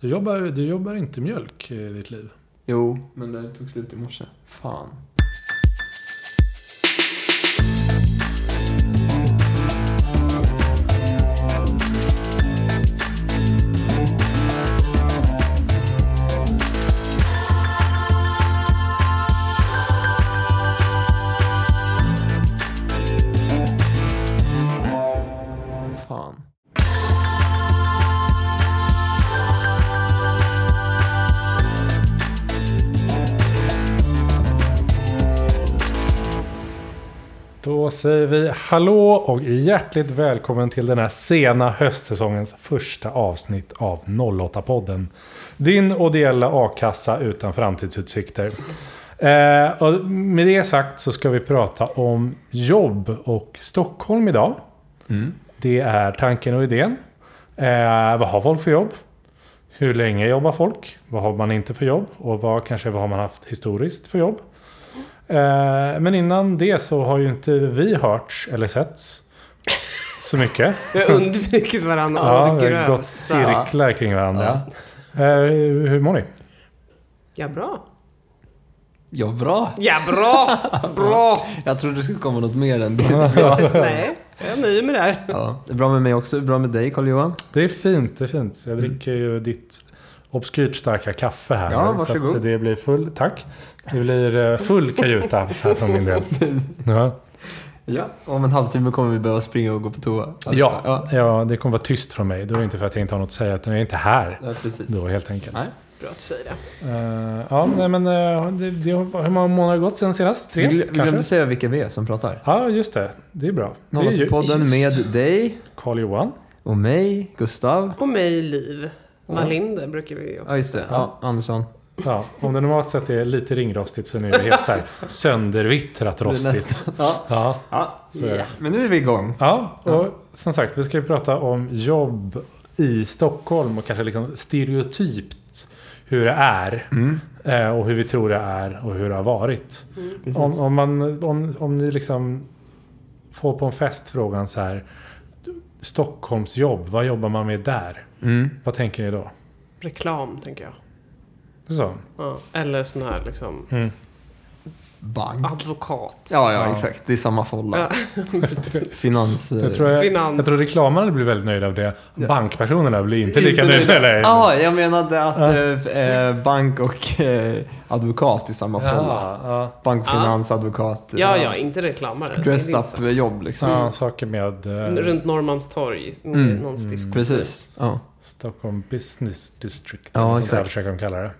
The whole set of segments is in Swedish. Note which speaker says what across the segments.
Speaker 1: Du jobbar, du jobbar inte mjölk i ditt liv.
Speaker 2: Jo, men det tog slut i morse. Fan. Fan.
Speaker 1: Då säger vi hallå och hjärtligt välkommen till den här sena höstsäsongens första avsnitt av 08-podden. Din ideella a-kassa utan framtidsutsikter. Eh, och med det sagt så ska vi prata om jobb och Stockholm idag. Det är tanken och idén. Eh, vad har folk för jobb? Hur länge jobbar folk? Vad har man inte för jobb? Och vad kanske vad har man haft historiskt för jobb? Eh, men innan det så har ju inte vi hörts eller setts så mycket.
Speaker 3: Vi har undvikit varandra
Speaker 1: Ja,
Speaker 3: ja,
Speaker 1: vi har gått
Speaker 3: grövsta.
Speaker 1: cirklar kring varandra. Eh, hur mår ni?
Speaker 3: Ja, bra.
Speaker 2: Ja, bra.
Speaker 3: Ja, bra! Bra!
Speaker 2: Jag trodde det skulle komma något mer än det.
Speaker 3: Nej, jag är nöjd med det här.
Speaker 2: Ja, det är bra med mig också. Det är Bra med dig, Carl-Johan.
Speaker 1: Det är fint, det är fint. Jag dricker ju ditt obskyrt starka kaffe här.
Speaker 2: Mm. Ja,
Speaker 1: Så
Speaker 2: varsågod.
Speaker 1: att det blir full, tack. Det blir eh, full kajuta här för min del. Ja.
Speaker 2: Ja. Om en halvtimme kommer vi behöva springa och gå på toa.
Speaker 1: Ja, ja, det kommer vara tyst från mig. Det är inte för att jag inte har något att säga, utan jag är inte här.
Speaker 2: Ja, precis.
Speaker 1: Då helt enkelt.
Speaker 2: Nej.
Speaker 3: Bra att du säger det.
Speaker 1: Eh, ja, nej, men eh, det, det, har- hur många månader har gått sedan senast?
Speaker 2: Vi,
Speaker 1: Tre,
Speaker 2: glö- vi
Speaker 1: kanske?
Speaker 2: glömde säga vilka vi är som pratar.
Speaker 1: Ja, just det. Det är bra. Det är ju
Speaker 2: Nollatipodden med dig
Speaker 1: Karl-Johan.
Speaker 2: och mig, Gustav.
Speaker 3: Och mig, Liv. Wallinder brukar vi också
Speaker 2: Ja, just det. Ja, Andersson.
Speaker 1: Ja, om det normalt sett är lite ringrostigt så nu är det helt så här söndervittrat rostigt.
Speaker 2: nästan. Ja.
Speaker 1: Ja,
Speaker 2: Ja,
Speaker 1: så är det.
Speaker 2: men nu är vi igång.
Speaker 1: Ja, och som sagt, vi ska ju prata om jobb i Stockholm och kanske liksom stereotypt hur det är.
Speaker 2: Mm.
Speaker 1: eh, Och hur vi tror det är och hur det har varit. Om, om, man, om, om ni liksom får på en fest frågan så här. Stockholms jobb, vad jobbar man med där? Vad tänker ni då?
Speaker 3: Reklam, tänker jag.
Speaker 1: Så.
Speaker 3: Ja. Eller sån här liksom
Speaker 1: Mm.
Speaker 2: Bank.
Speaker 1: Ah.
Speaker 3: advokat.
Speaker 2: Ja, ja,
Speaker 1: Ja.
Speaker 2: exakt. Det är samma folla.
Speaker 3: Ja, precis.
Speaker 2: Finans...
Speaker 1: Jag tror, jag,
Speaker 3: Finans.
Speaker 1: jag tror reklamarna blir väldigt nöjda av det. Bankpersonerna blir inte lika
Speaker 2: Inte Ah,
Speaker 1: nöjda. Eller?
Speaker 2: Jaha, jag menade att eh, eh, bank och eh, advokat i samma
Speaker 1: ja,
Speaker 2: folla.
Speaker 1: ja.
Speaker 2: Bank, finans, advokat.
Speaker 3: Ja, ja, inte reklamare. Det är
Speaker 2: Dressed
Speaker 3: inte så.
Speaker 2: up-jobb liksom.
Speaker 1: Sådana saker med... eh,
Speaker 3: Runt Norrmalmstorg. Någon stift.
Speaker 2: Mm. Precis. Ja.
Speaker 1: Stockholm Business District.
Speaker 2: Ja,
Speaker 1: eller vad Jag
Speaker 2: exakt.
Speaker 1: försöker de kalla det.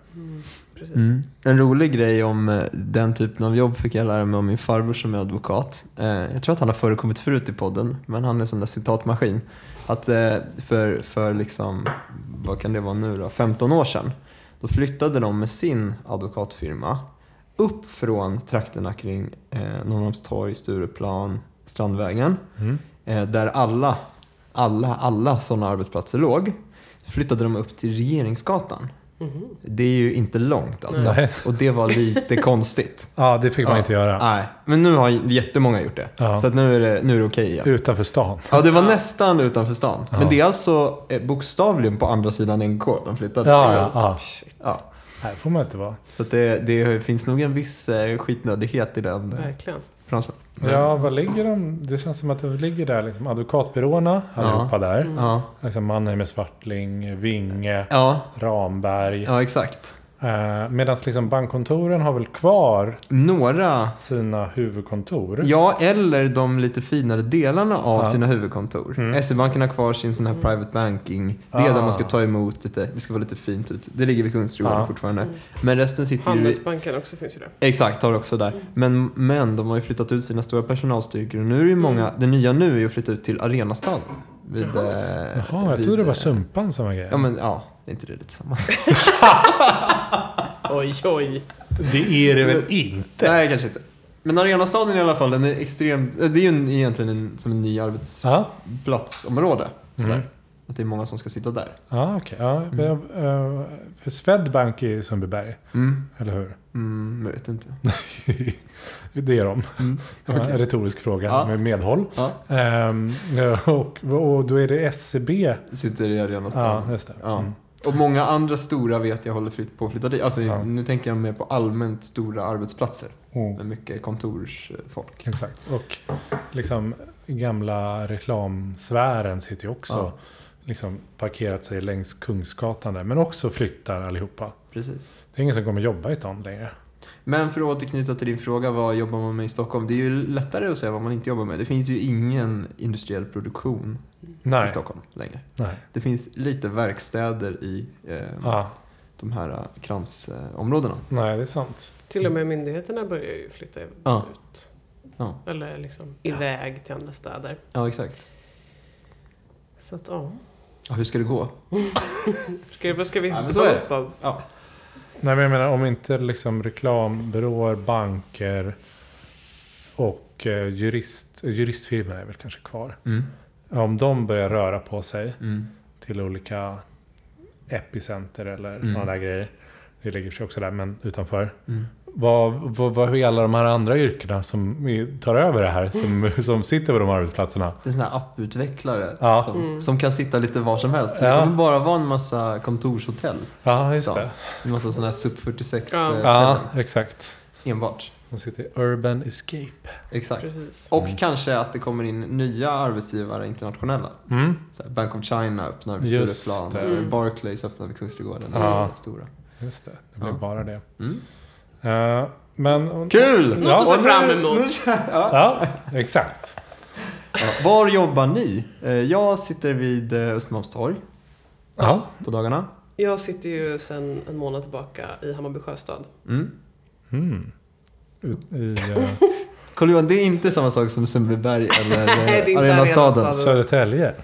Speaker 3: Precis.
Speaker 2: En rolig grej om eh, den typen av jobb fick jag lära mig om min farbror som är advokat. Eh, Jag tror att han har förekommit förut i podden, men han är en sån där citatmaskin. Att eh, för, för liksom, vad kan det vara nu då, 15 år sedan, då flyttade de med sin advokatfirma upp från trakterna kring eh, Norrmalmstorg, Stureplan, Strandvägen. eh, där alla, alla, alla sådana arbetsplatser låg, flyttade de upp till Regeringsgatan.
Speaker 3: Mhm,
Speaker 2: Det är ju inte långt alltså.
Speaker 1: Nej.
Speaker 2: Och det var lite konstigt.
Speaker 1: Ja, det fick man
Speaker 2: Ja. Ah,
Speaker 1: inte göra.
Speaker 2: Nej, men nu har jättemånga gjort det.
Speaker 1: Ja.
Speaker 2: Så att nu är det, nu är det okej igen.
Speaker 1: Utanför stan.
Speaker 2: Ja, det var nästan utanför stan.
Speaker 1: Ja.
Speaker 2: Men det är alltså eh, bokstavligen på andra sidan NK de flyttade.
Speaker 1: Ja,
Speaker 2: liksom.
Speaker 1: ja, ja.
Speaker 2: Ja.
Speaker 1: Här får man inte vara.
Speaker 2: Så att det, det finns nog en viss eh, skitnödighet i den eh,
Speaker 3: Verkligen.
Speaker 2: branschen.
Speaker 1: Ja, vad ligger de? Det känns som att det ligger där liksom. Advokatbyråerna, allihopa där.
Speaker 2: Ja.
Speaker 1: Liksom Mannheim Svartling, Vinge,
Speaker 2: Ja.
Speaker 1: Ramberg.
Speaker 2: ja, exakt.
Speaker 1: Eh, Medan liksom bankkontoren har väl kvar
Speaker 2: Några
Speaker 1: sina huvudkontor.
Speaker 2: Ja, eller de lite finare delarna av
Speaker 1: Ja. Mm.
Speaker 2: sina huvudkontor. SE-banken har kvar sin sån här private banking. Det är där man ska ta emot lite, det ska vara lite fint ut. Det ligger vid Kungsträdgården
Speaker 1: Ah. Ja.
Speaker 2: fortfarande. Men resten sitter ju i,
Speaker 3: Handelsbanken också finns ju där.
Speaker 2: Exakt, har det också där. Men, men de har ju flyttat ut sina stora personalstyrkor och nu är det ju många, det nya nu är ju att flytta ut till Arenastaden. Vid, Jaha,
Speaker 1: Jaha, jag trodde det var Sumpan som var
Speaker 2: Ja,
Speaker 1: grejen.
Speaker 2: men ja, är inte det lite samma sak?
Speaker 3: Oj, oj.
Speaker 1: Det är det väl inte?
Speaker 2: Nej, kanske inte. Men Arenastaden i alla fall, den är extrem, eh, det är ju en, egentligen en, som en ny arbets...
Speaker 1: Ja,
Speaker 2: platsområde. Sådär. Att det är många som ska sitta där.
Speaker 1: ja okej. Ja, för jag- eh, för Swedbank är ju i Sundbyberg, eller hur?
Speaker 2: Mm, jag vet inte.
Speaker 1: Det är de. Ja, en retorisk fråga
Speaker 2: Ja.
Speaker 1: med medhåll.
Speaker 2: Ja,
Speaker 1: Ehm, och, och då är det SCB.
Speaker 2: sitter i Arenastaden.
Speaker 1: Ja, just det.
Speaker 2: Ja.
Speaker 1: Mm.
Speaker 2: Och många andra stora vet jag håller fritt på att flytta dit. Alltså,
Speaker 1: Ja.
Speaker 2: Nu tänker jag mer på allmänt stora arbetsplatser
Speaker 1: Och,
Speaker 2: med mycket kontorsfolk.
Speaker 1: Oh, exakt. Och liksom gamla reklamsfären sitter ju också
Speaker 2: Ja.
Speaker 1: liksom parkerat sig längs Kungsgatan där. Men också flyttar allihopa.
Speaker 2: Precis.
Speaker 1: Det är ingen som kommer jobba i stan längre.
Speaker 2: Men för att återknyta till din fråga, vad jobbar man med i Stockholm? Det är ju lättare att säga vad man inte jobbar med. Det finns ju ingen industriell produktion i
Speaker 1: Nej.
Speaker 2: Stockholm längre.
Speaker 1: Nej.
Speaker 2: Det finns lite verkstäder i eh,
Speaker 1: Ja,
Speaker 2: de här eh, kransområdena.
Speaker 1: nej, det är sant.
Speaker 3: Till och med myndigheterna börjar ju flytta ut.
Speaker 2: Ja. Ja.
Speaker 3: Eller liksom iväg till andra städer.
Speaker 2: Ja, exakt.
Speaker 3: Så att ja.
Speaker 2: Ja, hur ska det gå?
Speaker 3: Ska, vad ska vi
Speaker 2: Ja, men så är det.
Speaker 3: någonstans?
Speaker 2: Ja.
Speaker 1: Nej, men jag menar om inte liksom reklambyråer, banker och eh, jurist, juristfirmor är väl kanske kvar.
Speaker 2: Mm.
Speaker 1: Om de börjar röra på sig
Speaker 2: Mm.
Speaker 1: till olika epicenter eller
Speaker 2: Mm.
Speaker 1: sådana där grejer. Det ligger sig också där, men utanför.
Speaker 2: Mm.
Speaker 1: Vad, vad, vad är alla de här andra yrkena som vi tar över det här? Som, som sitter på de arbetsplatserna?
Speaker 2: Det är sådana här apputvecklare
Speaker 1: Ja.
Speaker 2: som,
Speaker 3: Mm.
Speaker 2: som kan sitta lite var som helst. Så
Speaker 1: Ja.
Speaker 2: Det kommer bara vara en massa kontorshotell.
Speaker 1: Ja, just
Speaker 2: Stan.
Speaker 1: det.
Speaker 2: En massa sådana här SUP 46
Speaker 3: Ja.
Speaker 2: eh, ställen.
Speaker 1: Ja, exakt.
Speaker 2: Enbart.
Speaker 1: De sitter i Urban Escape.
Speaker 2: Exakt.
Speaker 3: Precis.
Speaker 2: Och
Speaker 1: Mm.
Speaker 2: kanske att det kommer in nya arbetsgivare internationella.
Speaker 1: Mm.
Speaker 2: Så här Bank of China öppnar vid
Speaker 1: Just
Speaker 2: Stureplan.
Speaker 1: det.
Speaker 2: eller
Speaker 3: Mm.
Speaker 2: Barclays öppnar vid Kungsträdgården.
Speaker 1: Ja.
Speaker 2: eller så här Stora.
Speaker 1: Just det, det blev
Speaker 2: Ja.
Speaker 1: bara det.
Speaker 2: Mm.
Speaker 1: Eh, men...
Speaker 2: Kul!
Speaker 1: Något att se
Speaker 2: Och nu-
Speaker 3: fram emot.
Speaker 2: Nu, ja.
Speaker 1: Ja, exakt.
Speaker 2: Ja. Var jobbar ni? Eh, Jag sitter vid eh, Östermalmstorg
Speaker 1: Ja.
Speaker 2: på dagarna.
Speaker 3: Jag sitter ju sedan en månad tillbaka i Hammarby Sjöstad.
Speaker 2: Mm.
Speaker 1: Mm. Ut i eh,
Speaker 2: Carl Johan, det är inte samma sak som Sundbyberg eller
Speaker 3: det är
Speaker 2: eh,
Speaker 3: inte
Speaker 2: Arenastaden.
Speaker 3: Arenastaden.
Speaker 1: Södertälje.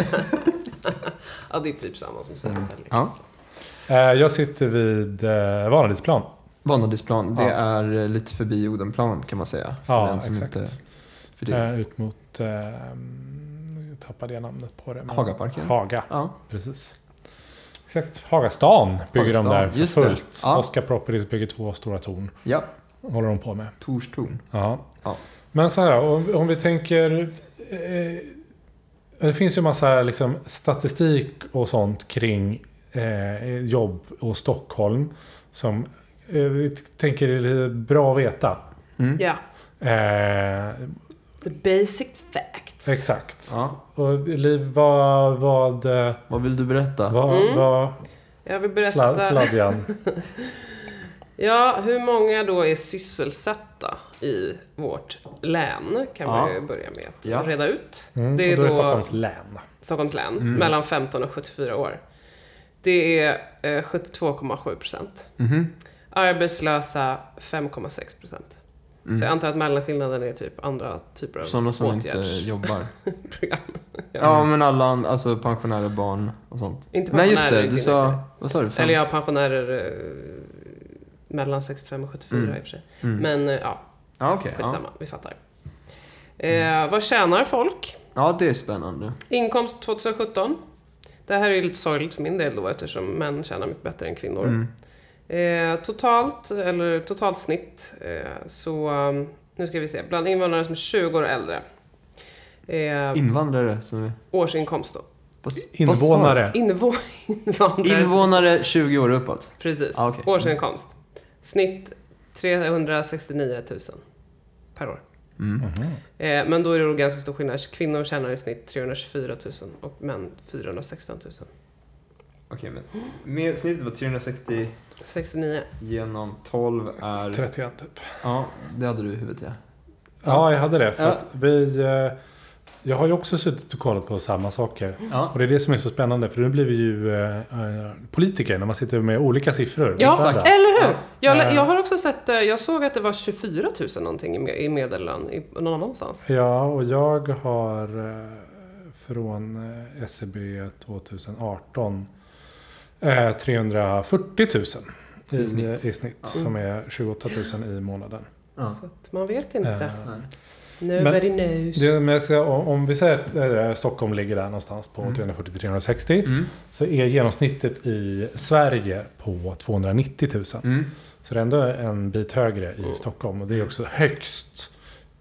Speaker 3: Ja, det är typ samma som Södertälje.
Speaker 2: Ja.
Speaker 1: Eh, jag sitter vid eh, Vanadisplan.
Speaker 2: Vanadisplan, det
Speaker 1: Ja.
Speaker 2: är eh, lite förbi Odenplan kan man säga. För
Speaker 1: Ja,
Speaker 2: den som
Speaker 1: exakt.
Speaker 2: inte... För det.
Speaker 1: Eh, ut mot... Eh, jag tappade jag namnet på det. men-
Speaker 2: Hagaparken.
Speaker 1: Haga,
Speaker 2: Ja.
Speaker 1: precis. Exakt. Hagastan bygger de
Speaker 2: Hagastan,
Speaker 1: där för
Speaker 2: just det.
Speaker 1: fullt.
Speaker 2: Ja.
Speaker 1: Oscar Properties bygger två stora torn.
Speaker 2: ja,
Speaker 1: Håller de på med.
Speaker 2: Torstorn.
Speaker 1: Ja.
Speaker 2: Ja.
Speaker 1: Men så här, om, om vi tänker... Eh, det finns ju massa liksom, statistik och sånt kring eh, jobb och Stockholm. Som eh, vi t- tänker är lite bra att veta.
Speaker 2: Mm.
Speaker 3: Ja,
Speaker 1: Eh,
Speaker 3: the basic facts.
Speaker 1: exakt.
Speaker 2: Ja.
Speaker 1: Och Liv, vad... Vad... eh,
Speaker 2: Vad vill du berätta?
Speaker 1: Vad...
Speaker 3: Mm.
Speaker 1: vad
Speaker 3: Jag vill
Speaker 1: sla,
Speaker 3: berätta.
Speaker 1: sladjan.
Speaker 3: Ja, hur många då är sysselsatta i vårt län? Kan man
Speaker 2: Ja.
Speaker 3: ju börja med att
Speaker 2: Ja.
Speaker 3: reda ut.
Speaker 1: Mm,
Speaker 3: Det
Speaker 1: och
Speaker 3: är
Speaker 1: då är
Speaker 3: då-
Speaker 1: Stockholms län.
Speaker 3: Stockholms län,
Speaker 2: Mm.
Speaker 3: mellan 15 och 74 år. Det är eh, 72,7 procent.
Speaker 2: Mhm.
Speaker 3: Arbetslösa 5,6 procent.
Speaker 2: Mm.
Speaker 3: Så jag antar att mellanskillnaden är typ andra typer av
Speaker 2: Sådana som inte
Speaker 3: åtgärdsprogram.
Speaker 2: jobbar.
Speaker 3: Ja.
Speaker 2: Ja, men alla andra, alltså pensionärer, barn och sånt.
Speaker 3: Inte
Speaker 2: Nej, just
Speaker 3: pensionärer,
Speaker 2: det. Du
Speaker 3: inte
Speaker 2: sa,
Speaker 3: inräknade.
Speaker 2: vad sa du? Fem?
Speaker 3: Eller ja, pensionärer eh, mellan 65 och 74
Speaker 2: Mm.
Speaker 3: i och för sig.
Speaker 2: Mm.
Speaker 3: Men eh, ja,
Speaker 2: ja, okej. ja.
Speaker 3: skitsamma. Vi fattar. Eh, vad tjänar folk?
Speaker 2: ja, det är spännande.
Speaker 3: Inkomst 2017. Det här är ju lite sorgligt för min del då eftersom män tjänar mycket bättre än kvinnor.
Speaker 2: Mm.
Speaker 3: Eh, totalt, eller totalt snitt, eh, så um, nu ska vi se. Bland invandrare som är 20 år och äldre. Eh,
Speaker 2: Invandrare som är...
Speaker 3: årsinkomst då.
Speaker 2: vad s- vad sa du?
Speaker 1: Invånare.
Speaker 3: Invå- invandrare.
Speaker 2: Invånare 20 år uppåt.
Speaker 3: Precis.
Speaker 2: Ah, okej.
Speaker 3: Årsinkomst. Snitt 369 000 per år.
Speaker 2: Mm.
Speaker 1: Mhm.
Speaker 3: Eh, men då är det då ganska stor skillnad. Kvinnor tjänar i snitt 324 000 och män 416 000.
Speaker 2: Okej, men med, snittet var 360
Speaker 3: 69.
Speaker 2: genom 12 är...
Speaker 1: 31 typ.
Speaker 2: Ja, det hade du i huvudet ja.
Speaker 1: Ja, jag hade det. För
Speaker 2: Ja.
Speaker 1: att vi, eh, jag har ju också suttit och kollat på samma saker.
Speaker 2: Ja,
Speaker 1: Och det är det som är så spännande, för nu blir vi ju eh, eh, politiker när man sitter med olika siffror.
Speaker 3: Ja,
Speaker 1: Mot varandra.
Speaker 2: exakt.
Speaker 3: Eller hur?
Speaker 2: Ja.
Speaker 3: Jag, lä-
Speaker 1: Eh.
Speaker 3: jag har också sett, eh, jag såg att det var 24 000 någonting i me- i medellön i någon annanstans.
Speaker 1: Ja, och jag har eh, från eh, SCB 2018 eh, 340 000 i,
Speaker 2: I snitt.
Speaker 1: i snitt
Speaker 2: Ja.
Speaker 1: som är 28 000 i månaden.
Speaker 2: Ja.
Speaker 3: Så att man vet inte.
Speaker 1: Eh,
Speaker 2: Nej.
Speaker 1: men-
Speaker 3: Nobody knows.
Speaker 1: Det, men jag ska, om, om vi säger att eh, Stockholm ligger där någonstans på
Speaker 2: Mm.
Speaker 1: 340-360
Speaker 2: Mm.
Speaker 1: så är genomsnittet i Sverige på 290 000.
Speaker 2: Mm.
Speaker 1: Så det är ändå en bit högre i
Speaker 3: Mm.
Speaker 1: Stockholm och det är också högst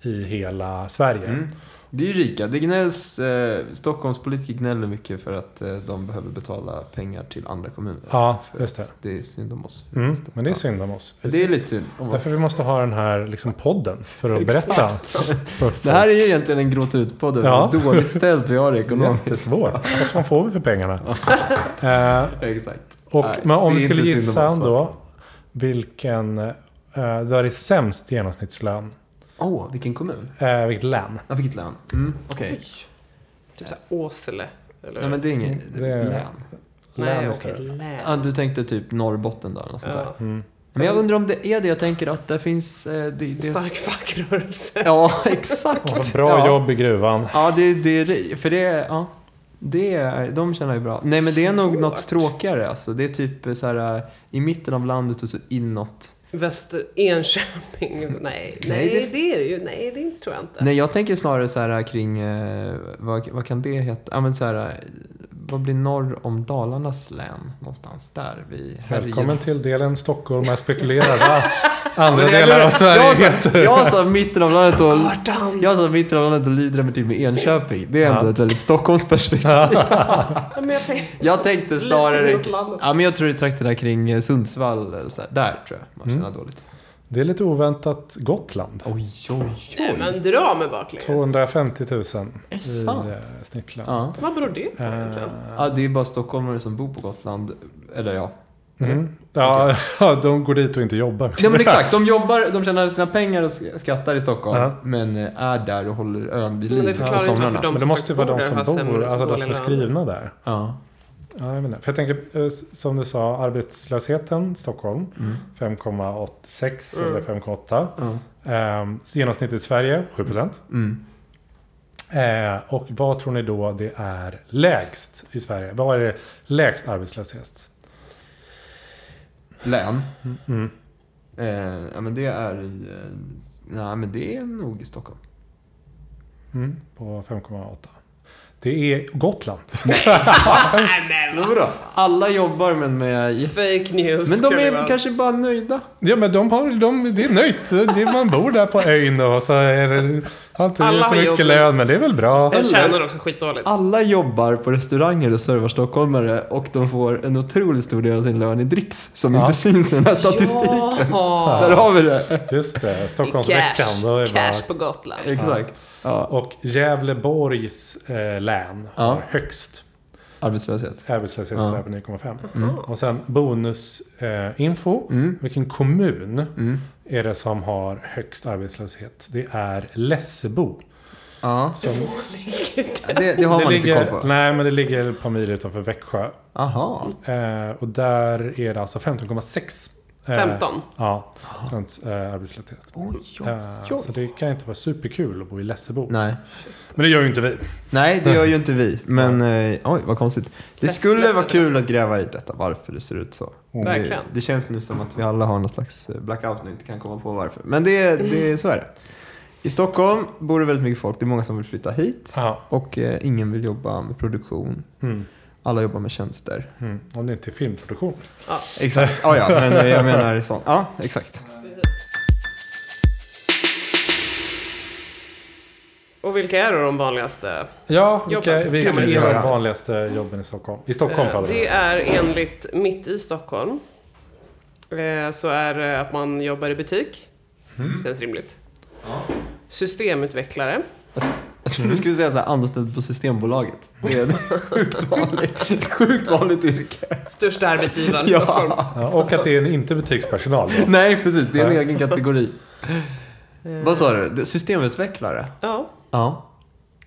Speaker 1: i hela Sverige.
Speaker 2: Mm. Vi är ju rika. Det gnälls, eh, Stockholms politiker gnäller mycket för att eh, de behöver betala pengar till andra kommuner.
Speaker 1: Ja,
Speaker 2: För
Speaker 1: just det.
Speaker 2: att Det är synd om oss.
Speaker 1: Mm,
Speaker 2: Just
Speaker 1: men det är
Speaker 2: Ja.
Speaker 1: synd om oss.
Speaker 2: Men Det är lite synd om oss.
Speaker 1: Därför vi måste ha den här liksom, podden för att
Speaker 2: Exakt.
Speaker 1: berätta. För folk.
Speaker 2: Det här är ju egentligen en gråt ut-podd över
Speaker 1: Ja.
Speaker 2: hur dåligt ställt vi har det ekonomiskt.
Speaker 1: Jättesvårt. Vad fan får vi för pengarna? Eh,
Speaker 2: Exakt.
Speaker 1: och,
Speaker 2: Nej,
Speaker 1: men om
Speaker 2: det
Speaker 1: vi
Speaker 2: är
Speaker 1: skulle
Speaker 2: inte synd om
Speaker 1: gissa
Speaker 2: oss, va?
Speaker 1: då vilken... Eh, där är sämst genomsnittslön.
Speaker 2: Åh, vilken kommun.
Speaker 1: Eh, vilket län?
Speaker 2: Ja, vilket län. Mm, Okej.
Speaker 3: Oj. Typ såhär Åsele. Eller?
Speaker 2: Nej, men det är inget
Speaker 1: Det är-
Speaker 2: län.
Speaker 1: län
Speaker 3: Nej,
Speaker 1: är
Speaker 3: okej.
Speaker 1: större.
Speaker 3: län.
Speaker 2: Ja, du tänkte typ Norrbotten då, eller något sånt där.
Speaker 3: Ja.
Speaker 1: Mm.
Speaker 2: Men jag undrar om det är det. Jag tänker att det finns... Eh, det, det...
Speaker 3: Stark fackrörelse.
Speaker 2: Ja, exakt.
Speaker 1: Och bra
Speaker 2: ja.
Speaker 1: jobb i gruvan.
Speaker 2: Ja, det, det, för det, ja, det, de känner jag ju bra. Nej, men det är nog
Speaker 3: Svårt.
Speaker 2: något tråkigare. Alltså. Det är typ så här eh, i mitten av landet och så inåt.
Speaker 3: Väster Enköping. Nej, nej,
Speaker 2: det-
Speaker 3: det... är det ju. Nej, det tror jag inte.
Speaker 2: Nej, jag tänker snarare så här kring, eh, vad, vad kan det heta? Ja, men så här, eh, vad blir norr om Dalarnas län? Någonstans där vid Härjedalen.
Speaker 1: Välkommen till delen Stockholm. Jag spekulerar vad andra
Speaker 2: Men jag
Speaker 1: delar av
Speaker 2: glömde-
Speaker 1: Sverige
Speaker 2: jag sa-
Speaker 1: heter.
Speaker 2: Jag sa mitten av landet och...
Speaker 3: Kartan!
Speaker 2: Jag sa mitten av landet och Lydrömmer till med Enköping. Det är ändå
Speaker 1: Ja.
Speaker 2: ett väldigt Stockholmsperspektiv.
Speaker 3: Ja, men jag tänkte,
Speaker 2: Jag tänkte snarare...
Speaker 3: Lite inåt landet.
Speaker 2: Ja, men jag tror det är trakterna kring eh, Sundsvall eller så här. Där tror jag
Speaker 1: Mm.
Speaker 2: man känner dåligt.
Speaker 1: Det är lite oväntat Gotland.
Speaker 2: Oj, oj,
Speaker 3: Nej, men dra mig baklänges.
Speaker 1: 250 000
Speaker 2: Är det
Speaker 1: i
Speaker 2: sant?
Speaker 1: eh, snittlön. Eh,
Speaker 2: Ja.
Speaker 3: Vad beror det på egentligen?
Speaker 2: ja, det är bara stockholmare som bor på Gotland. Eller ja.
Speaker 1: Mm. Ja, de går dit och inte jobbar.
Speaker 2: Nej men exakt, de jobbar, de tjänar sina pengar och sk- skattar i Stockholm.
Speaker 1: Ja.
Speaker 2: Men eh, är där och håller ön vid
Speaker 3: Men det
Speaker 2: liv
Speaker 3: förklarar
Speaker 2: på
Speaker 3: inte varför
Speaker 2: somrarna.
Speaker 3: de-
Speaker 1: Men det måste ju vara de
Speaker 3: som
Speaker 1: som
Speaker 3: faktiskt bor där har
Speaker 1: bor,
Speaker 3: sämre- så
Speaker 1: alltså de som är
Speaker 3: dålig
Speaker 1: skrivna där.
Speaker 2: Ja.
Speaker 1: Ja, jag vet inte. För jag tänker, eh, s- som du sa, arbetslösheten Stockholm
Speaker 2: Mm.
Speaker 1: 5,86
Speaker 3: Mm.
Speaker 1: eller 5,8.
Speaker 2: Ja.
Speaker 1: Ehm, så genomsnittet i Sverige 7 procent. Eh,
Speaker 2: Mm.
Speaker 1: och vad tror ni då det är lägst i Sverige? Vad är det lägst arbetslöshet?
Speaker 2: Län.
Speaker 1: Mm.
Speaker 2: Eh, ja, men det är i... Eh, nej, men det är nog i Stockholm.
Speaker 1: Mm, på 5,8. Det är Gotland.
Speaker 3: Nej, men vad?
Speaker 2: Jodå. Alla jobbar men med...
Speaker 3: Fake news.
Speaker 2: Men de
Speaker 3: ska det
Speaker 2: är
Speaker 3: vara.
Speaker 2: kanske bara nöjda.
Speaker 1: Ja men de har, de, det är nöjt. Det, är- man bor där på ön och så är det, har inte
Speaker 3: Alla
Speaker 1: så
Speaker 3: har
Speaker 1: mycket
Speaker 3: jobb.
Speaker 1: lön men det är väl bra.
Speaker 3: De tjänar också skitdåligt.
Speaker 2: Alla jobbar på restauranger och servar stockholmare och de får en otroligt stor del av sin lön i dricks som
Speaker 1: Ja.
Speaker 2: inte syns i den här statistiken.
Speaker 3: Ja.
Speaker 2: Där har vi det.
Speaker 1: Just det, Stockholmsveckan. Då är det bara...
Speaker 3: Cash på Gotland.
Speaker 2: Exakt. Ja.
Speaker 1: Och Gävleborgs eh, län
Speaker 2: Ja.
Speaker 1: har högst
Speaker 2: Arbetslöshet.
Speaker 1: arbetslöshet
Speaker 2: Ja.
Speaker 1: ja. på 9,5. Och sen bonusinfo. Eh, info.
Speaker 2: Mm.
Speaker 1: Vilken kommun
Speaker 2: Mm.
Speaker 1: är det som har högst arbetslöshet? Det är Lessebo.
Speaker 2: Ja.
Speaker 1: Som,
Speaker 2: Det, det Alltså, har
Speaker 1: det
Speaker 2: man
Speaker 1: ligger,
Speaker 2: inte koll på.
Speaker 1: Nej, men det ligger ett par mil utanför Växjö.
Speaker 2: Aha.
Speaker 1: Eh, och där är det alltså 15,6. eh,
Speaker 3: 15.
Speaker 1: Ja, procents eh, arbetslöshet.
Speaker 2: Oj,
Speaker 1: Eh, så det kan inte vara superkul att bo i Lessebo.
Speaker 2: Nej.
Speaker 1: Men det gör ju inte vi.
Speaker 2: Nej, det gör ju inte vi. Men eh, oj, vad konstigt. Det
Speaker 3: Läs-
Speaker 2: skulle
Speaker 3: läs-
Speaker 2: vara
Speaker 3: läs-
Speaker 2: kul att gräva i detta, varför det ser ut så.
Speaker 1: Mm.
Speaker 2: Det,
Speaker 3: Verkligen.
Speaker 2: det känns nu som att vi alla har någon slags eh, blackout nu inte kan komma på varför. Men det, det, så är det. I Stockholm bor det väldigt mycket folk. Det är många som vill flytta hit.
Speaker 1: Ja.
Speaker 2: Och eh, ingen vill jobba med produktion.
Speaker 1: Mm,
Speaker 2: Alla jobbar med tjänster.
Speaker 1: mm. Om det inte är filmproduktion.
Speaker 2: Exakt. Ja, ja, men eh, jag menar sånt. Ja, exakt.
Speaker 3: Och vilka är då de vanligaste?
Speaker 1: Ja, vilka,
Speaker 3: Jobben.
Speaker 1: vilka
Speaker 2: Det vill vi
Speaker 1: är
Speaker 2: höra.
Speaker 1: de vanligaste jobben i Stockholm? I Stockholm
Speaker 3: Eh,
Speaker 1: pratar
Speaker 3: Det
Speaker 1: vi.
Speaker 3: är enligt Mitt i Stockholm. eh, Så är det att man jobbar i butik.
Speaker 2: Mm.
Speaker 3: Känns rimligt. Systemutvecklare.
Speaker 2: Jag trodde du skulle säga så här, anställd på Systembolaget. Det är ett sjukt vanligt, ett sjukt vanligt yrke.
Speaker 3: Största arbetsgivaren i Stockholm.
Speaker 2: Ja.
Speaker 1: Ja, och att det är en inte butikspersonal. Då.
Speaker 2: Nej, precis. Det är en egen kategori.
Speaker 3: Eh,
Speaker 2: Vad sa du? Du- Systemutvecklare?
Speaker 3: Ja.
Speaker 2: Ja.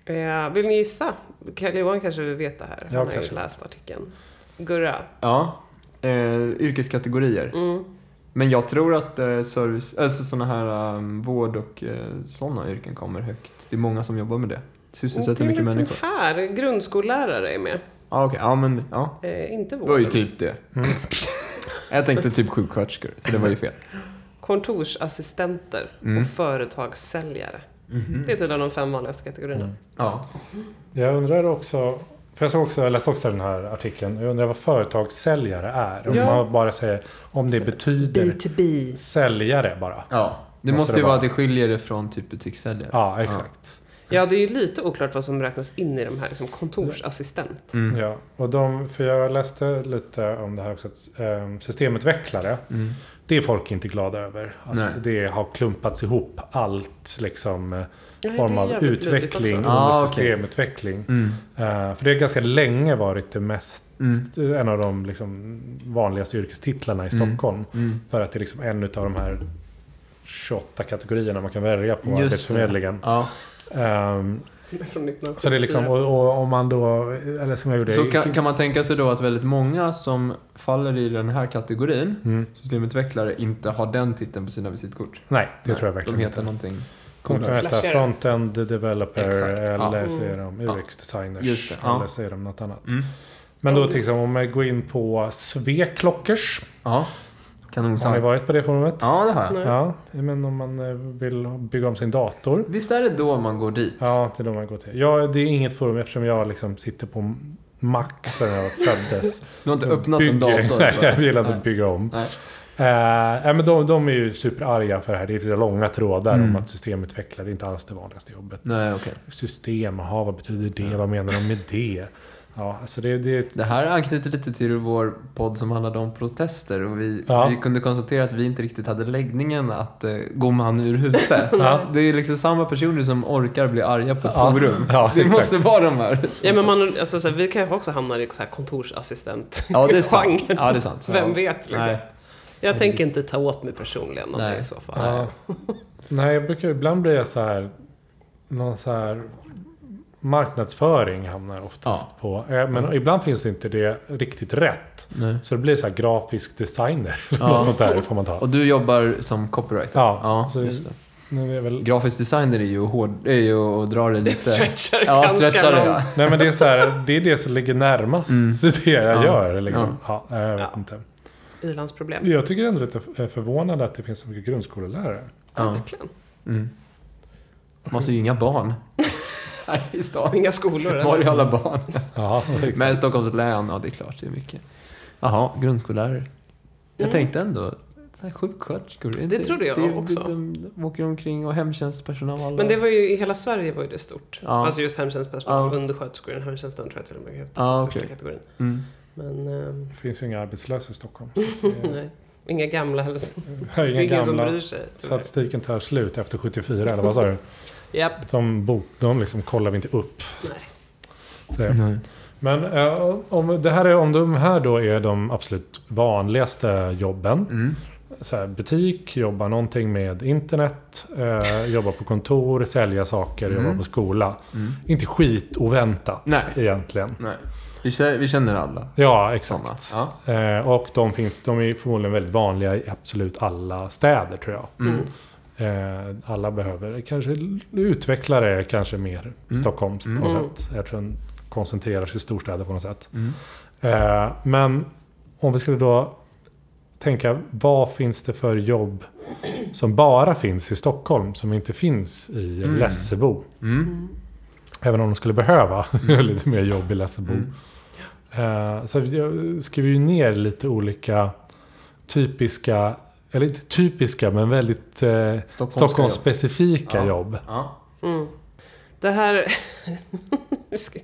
Speaker 3: Eh, Vill ni gissa? Karl-Johan kanske vill veta här. Han har ju
Speaker 1: kanske.
Speaker 3: läst artikeln. Gurra.
Speaker 2: Ja, eh, yrkeskategorier.
Speaker 3: Mm.
Speaker 2: Men jag tror att eh, service, alltså sådana här um, vård och eh, sådana yrken kommer högt. Det är många som jobbar med det. Sysselsätter mycket
Speaker 3: lite
Speaker 2: människor.
Speaker 3: här. Grundskollärare är med.
Speaker 2: Ja, okej. Ja, men ja.
Speaker 3: Eh, inte
Speaker 2: Det var ju
Speaker 3: vården.
Speaker 2: typ det.
Speaker 1: Mm.
Speaker 2: jag tänkte typ sjuksköterskor, så det var ju fel.
Speaker 3: Kontorsassistenter
Speaker 2: Mm. Mhm.
Speaker 3: och företagssäljare. Det är tydligen de fem vanligaste kategorierna.
Speaker 1: Mm.
Speaker 2: Ja.
Speaker 1: Jag undrar också, för jag, såg också, jag läste också den här artikeln, jag undrar vad företagssäljare är. Om
Speaker 3: Ja.
Speaker 1: man bara säger, om det betyder
Speaker 3: B2B.
Speaker 1: säljare bara.
Speaker 2: ja. Alltså, Det måste,
Speaker 1: Måste det
Speaker 2: ju vara
Speaker 1: vara.
Speaker 2: att det skiljer det från typ butikssäljare.
Speaker 1: Ja, exakt.
Speaker 3: Ja, det är ju lite oklart vad som räknas in i de här liksom, kontorsassistent.
Speaker 2: Mm.
Speaker 1: Ja, och de, för jag läste lite om det här också. Att, eh, systemutvecklare,
Speaker 2: Mm.
Speaker 1: det är folk inte glada över. Att
Speaker 2: Nej.
Speaker 1: det har klumpats ihop allt liksom eh,
Speaker 3: Ja, det är
Speaker 1: form av
Speaker 3: jävligt luddigt
Speaker 1: utveckling
Speaker 3: också.
Speaker 1: under
Speaker 2: Ah, okej.
Speaker 1: systemutveckling.
Speaker 2: Mm.
Speaker 1: Eh, för det har ganska länge varit det mest,
Speaker 2: Mm.
Speaker 1: en av de liksom, vanligaste yrkestitlarna i
Speaker 2: Mm.
Speaker 1: Stockholm.
Speaker 2: Mm.
Speaker 1: För att det är liksom en av de här 28 kategorierna man kan välja på
Speaker 2: Just det.
Speaker 1: Arbetsförmedlingen.
Speaker 2: Ja.
Speaker 1: Ehm,
Speaker 3: Som är från 1974.
Speaker 1: så det är liksom, och, och om man då, eller som jag gjorde.
Speaker 2: Så kan, kan man tänka sig då att väldigt många som faller i den här kategorin,
Speaker 1: mm,
Speaker 2: systemutvecklare, inte har den titeln på sina visitkort?
Speaker 1: nej, det
Speaker 2: Nej,
Speaker 1: tror jag verkligen
Speaker 2: De heter någonting
Speaker 1: De kan
Speaker 2: coolare.
Speaker 1: heta
Speaker 3: Flashare.
Speaker 1: Frontend Developer
Speaker 2: Exakt, ja.
Speaker 1: eller
Speaker 3: Mm.
Speaker 1: så är de
Speaker 2: Ja.
Speaker 1: UX-designers.
Speaker 2: Just det, ja.
Speaker 1: Eller så är de något annat.
Speaker 2: Mm.
Speaker 1: Men då
Speaker 3: Mm.
Speaker 1: till exempel om jag går in på Sveklockers.
Speaker 2: Ja,
Speaker 1: Har ni
Speaker 2: kanonsajt.
Speaker 1: varit på det forumet?
Speaker 2: Ja, det har jag.
Speaker 3: Nej.
Speaker 1: Ja, men om man eh, vill bygga om sin dator.
Speaker 2: Visst är det då man går dit?
Speaker 1: Ja, det är då man går till. Ja, det är inget forum eftersom jag liksom sitter på Mac sedan jag föddes.
Speaker 2: Du har inte öppnat en
Speaker 1: Bygger-
Speaker 2: dator?
Speaker 1: Nej, jag vill
Speaker 2: Nej.
Speaker 1: inte bygga om.
Speaker 2: Nej.
Speaker 1: Eh, nej, men de, de är ju superarga för det här. Det är så långa trådar
Speaker 2: Mm.
Speaker 1: om att systemutvecklare är inte alls det vanligaste jobbet.
Speaker 2: Nej, okej.
Speaker 1: System, aha, vad betyder det?
Speaker 2: Ja.
Speaker 1: Vad menar de med det? Ja, alltså det, det är ett
Speaker 2: Det här anknyter lite till vår podd som handlade om protester och vi,
Speaker 1: Ja.
Speaker 2: vi kunde konstatera att vi inte riktigt hade läggningen att eh, gå man ur huset.
Speaker 1: Ja.
Speaker 2: Det är ju liksom samma personer som orkar bli arga på ett
Speaker 1: Ja.
Speaker 2: forum.
Speaker 1: Ja,
Speaker 2: det
Speaker 1: exakt.
Speaker 2: måste vara de här. som-
Speaker 3: Ja, men man, alltså, så här, vi kanske också hamnar i så här kontorsassistent.
Speaker 2: ja, det är sant.
Speaker 3: genren.
Speaker 2: Ja, det är sant.
Speaker 3: Vem
Speaker 2: ja.
Speaker 3: vet liksom.
Speaker 2: Nej.
Speaker 3: Jag tänker inte ta åt mig personligen om
Speaker 2: Nej.
Speaker 3: det i så fall.
Speaker 1: Ja. Nej, jag brukar, ibland blir jag så här... Någon så här marknadsföring hamnar oftast på. eh,
Speaker 2: Mm.
Speaker 1: Men ibland finns inte det riktigt rätt.
Speaker 2: Nej.
Speaker 1: Så det blir så här grafisk designer. eller
Speaker 2: Ja.
Speaker 1: Något sånt där får man ta.
Speaker 2: Och du jobbar som copywriter?
Speaker 1: Ja, så-
Speaker 2: ja just det.
Speaker 1: Nu är väl...
Speaker 2: Grafisk designer är ju hård, är ju att dra det
Speaker 3: Det
Speaker 2: lite...
Speaker 3: stretchar
Speaker 2: Ja,
Speaker 3: ganska
Speaker 2: stretchar det
Speaker 3: långt.
Speaker 2: ja.
Speaker 1: Nej, men det är, så här, det är det som ligger närmast
Speaker 2: Mm.
Speaker 1: det jag
Speaker 2: Ja.
Speaker 1: gör. Liksom. Ja. jag vet
Speaker 3: Ja.
Speaker 1: inte.
Speaker 3: I-landsproblem.
Speaker 1: Jag tycker ändå lite eh, förvånande att det finns så mycket grundskolelärare.
Speaker 3: Ja,
Speaker 2: ja.
Speaker 3: verkligen.
Speaker 2: Mm. Man ser ju inga barn här i
Speaker 3: Och
Speaker 2: stan.
Speaker 3: Inga skolor. eller?
Speaker 2: Var är alla barn?
Speaker 1: Ja, exakt.
Speaker 2: Men Stockholms län, ja det är klart, det är mycket. Jaha, grundskollärare. Jag
Speaker 3: Mm.
Speaker 2: tänkte ändå, så här sjuksköterskor. är
Speaker 3: Det
Speaker 2: inte-
Speaker 3: trodde jag
Speaker 2: det,
Speaker 3: också.
Speaker 2: De, de åker omkring och hemtjänstpersonal.
Speaker 3: Men det var ju, i hela Sverige var ju det stort.
Speaker 2: Ja.
Speaker 3: Alltså just hemtjänstpersonal,
Speaker 2: Ja.
Speaker 3: undersköterskor, hemtjänsten tror jag till och med är den
Speaker 2: Ja,
Speaker 3: största
Speaker 2: okej.
Speaker 3: kategorin.
Speaker 2: Mm.
Speaker 3: Men ehm,
Speaker 1: Det finns ju inga arbetslösa i Stockholm. Så det är,
Speaker 3: nej, inga gamla heller.
Speaker 1: det är
Speaker 3: Det är
Speaker 1: inga
Speaker 3: ingen som
Speaker 1: gamla.
Speaker 3: bryr sig. tyvärr.
Speaker 1: Statistiken tar slut efter 74, eller vad sa du?
Speaker 3: Japp,
Speaker 1: De, bo, de liksom kollar vi inte upp.
Speaker 3: nej.
Speaker 1: säger jag. Men eh, om, det här är, om de här då är de absolut vanligaste jobben.
Speaker 2: Mm.
Speaker 1: Så här, butik, jobba någonting med internet, eh, jobba på kontor, sälja saker,
Speaker 2: Mm.
Speaker 1: jobba på skola.
Speaker 2: Mm.
Speaker 1: Inte skit oväntat
Speaker 2: Nej.
Speaker 1: egentligen.
Speaker 2: Nej. Vi känner, vi känner alla
Speaker 1: Ja, exakt.
Speaker 2: sådana. Ja.
Speaker 1: Eh, och de, finns, de är förmodligen väldigt vanliga i absolut alla städer tror jag.
Speaker 2: Mm.
Speaker 1: Eh, alla behöver, kanske utvecklare är kanske mer
Speaker 2: Mm.
Speaker 1: Stockholms på
Speaker 2: Mm.
Speaker 1: något sätt. Eftersom den koncentrerar sig i storstäder på något sätt.
Speaker 2: Mm.
Speaker 1: Eh, men om vi skulle då tänka, vad finns det för jobb som bara finns i Stockholm som inte finns i
Speaker 2: Mm.
Speaker 1: Lessebo?
Speaker 2: Mm.
Speaker 3: Mm.
Speaker 1: Även om de skulle behöva lite mer jobb i Lessebo.
Speaker 2: Mm.
Speaker 1: Eh, så jag skriver ju ner lite olika typiska, eller inte typiska men väldigt eh,
Speaker 2: Stockholmska jobb.
Speaker 1: Stockholmsspecifika
Speaker 2: Ja.
Speaker 1: jobb.
Speaker 2: Ja.
Speaker 3: Mm. Det här... Nu ska-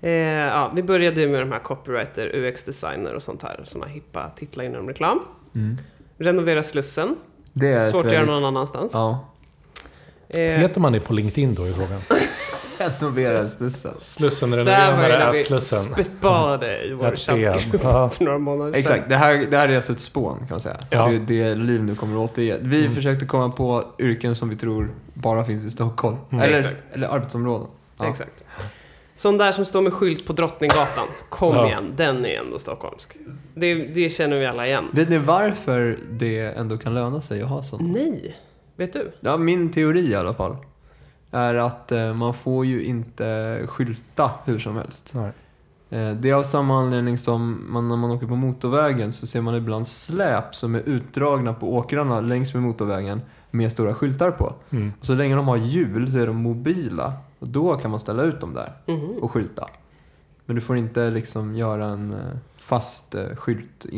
Speaker 3: eh, ja, vi började ju med de här copywriter, UX-designer och sånt här. Såna hippa titlar inom reklam.
Speaker 2: Mm.
Speaker 3: Renovera Slussen.
Speaker 2: Det är ett
Speaker 3: Svårt att göra
Speaker 2: väldigt-
Speaker 3: någon annanstans.
Speaker 2: Ja.
Speaker 3: Eh,
Speaker 1: Heter man det på LinkedIn då i frågan?
Speaker 2: Renoverar Slussen.
Speaker 1: Slussen
Speaker 3: där var ju
Speaker 1: renoverare
Speaker 3: när vi
Speaker 1: att Slussen.
Speaker 3: spöade i vår
Speaker 1: Att
Speaker 3: chattgrupp
Speaker 1: PM. Ja.
Speaker 3: för några månader sedan.
Speaker 2: Exakt, det här, det här är alltså ett spån kan man säga.
Speaker 1: Ja.
Speaker 2: Det är det liv nu kommer att återge. Vi försökte komma på yrken som vi tror bara finns i Stockholm.
Speaker 1: Mm.
Speaker 2: Eller,
Speaker 3: Exakt.
Speaker 2: eller arbetsområden. Ja.
Speaker 3: Exakt. Sån där som står med skylt på Drottninggatan. Kom
Speaker 1: Ja.
Speaker 3: igen, den är ändå stockholmsk. Det, det känner vi alla igen.
Speaker 2: Vet ni varför det ändå kan löna sig att ha
Speaker 1: Mm.
Speaker 2: sånt?
Speaker 3: Nej, vet du?
Speaker 2: Ja, min teori i alla fall är att eh, man får ju inte skylta hur som helst.
Speaker 1: Nej.
Speaker 2: Eh, det är av samma anledning som man, när man åker på motorvägen så ser man ibland släp som är utdragna på åkrarna längs med motorvägen med stora skyltar på.
Speaker 1: Mm.
Speaker 2: Och så länge de har hjul så är de mobila. Och då kan man ställa ut dem där
Speaker 3: Mhm.
Speaker 2: och skylta. Men du får inte liksom göra en eh, fast eh,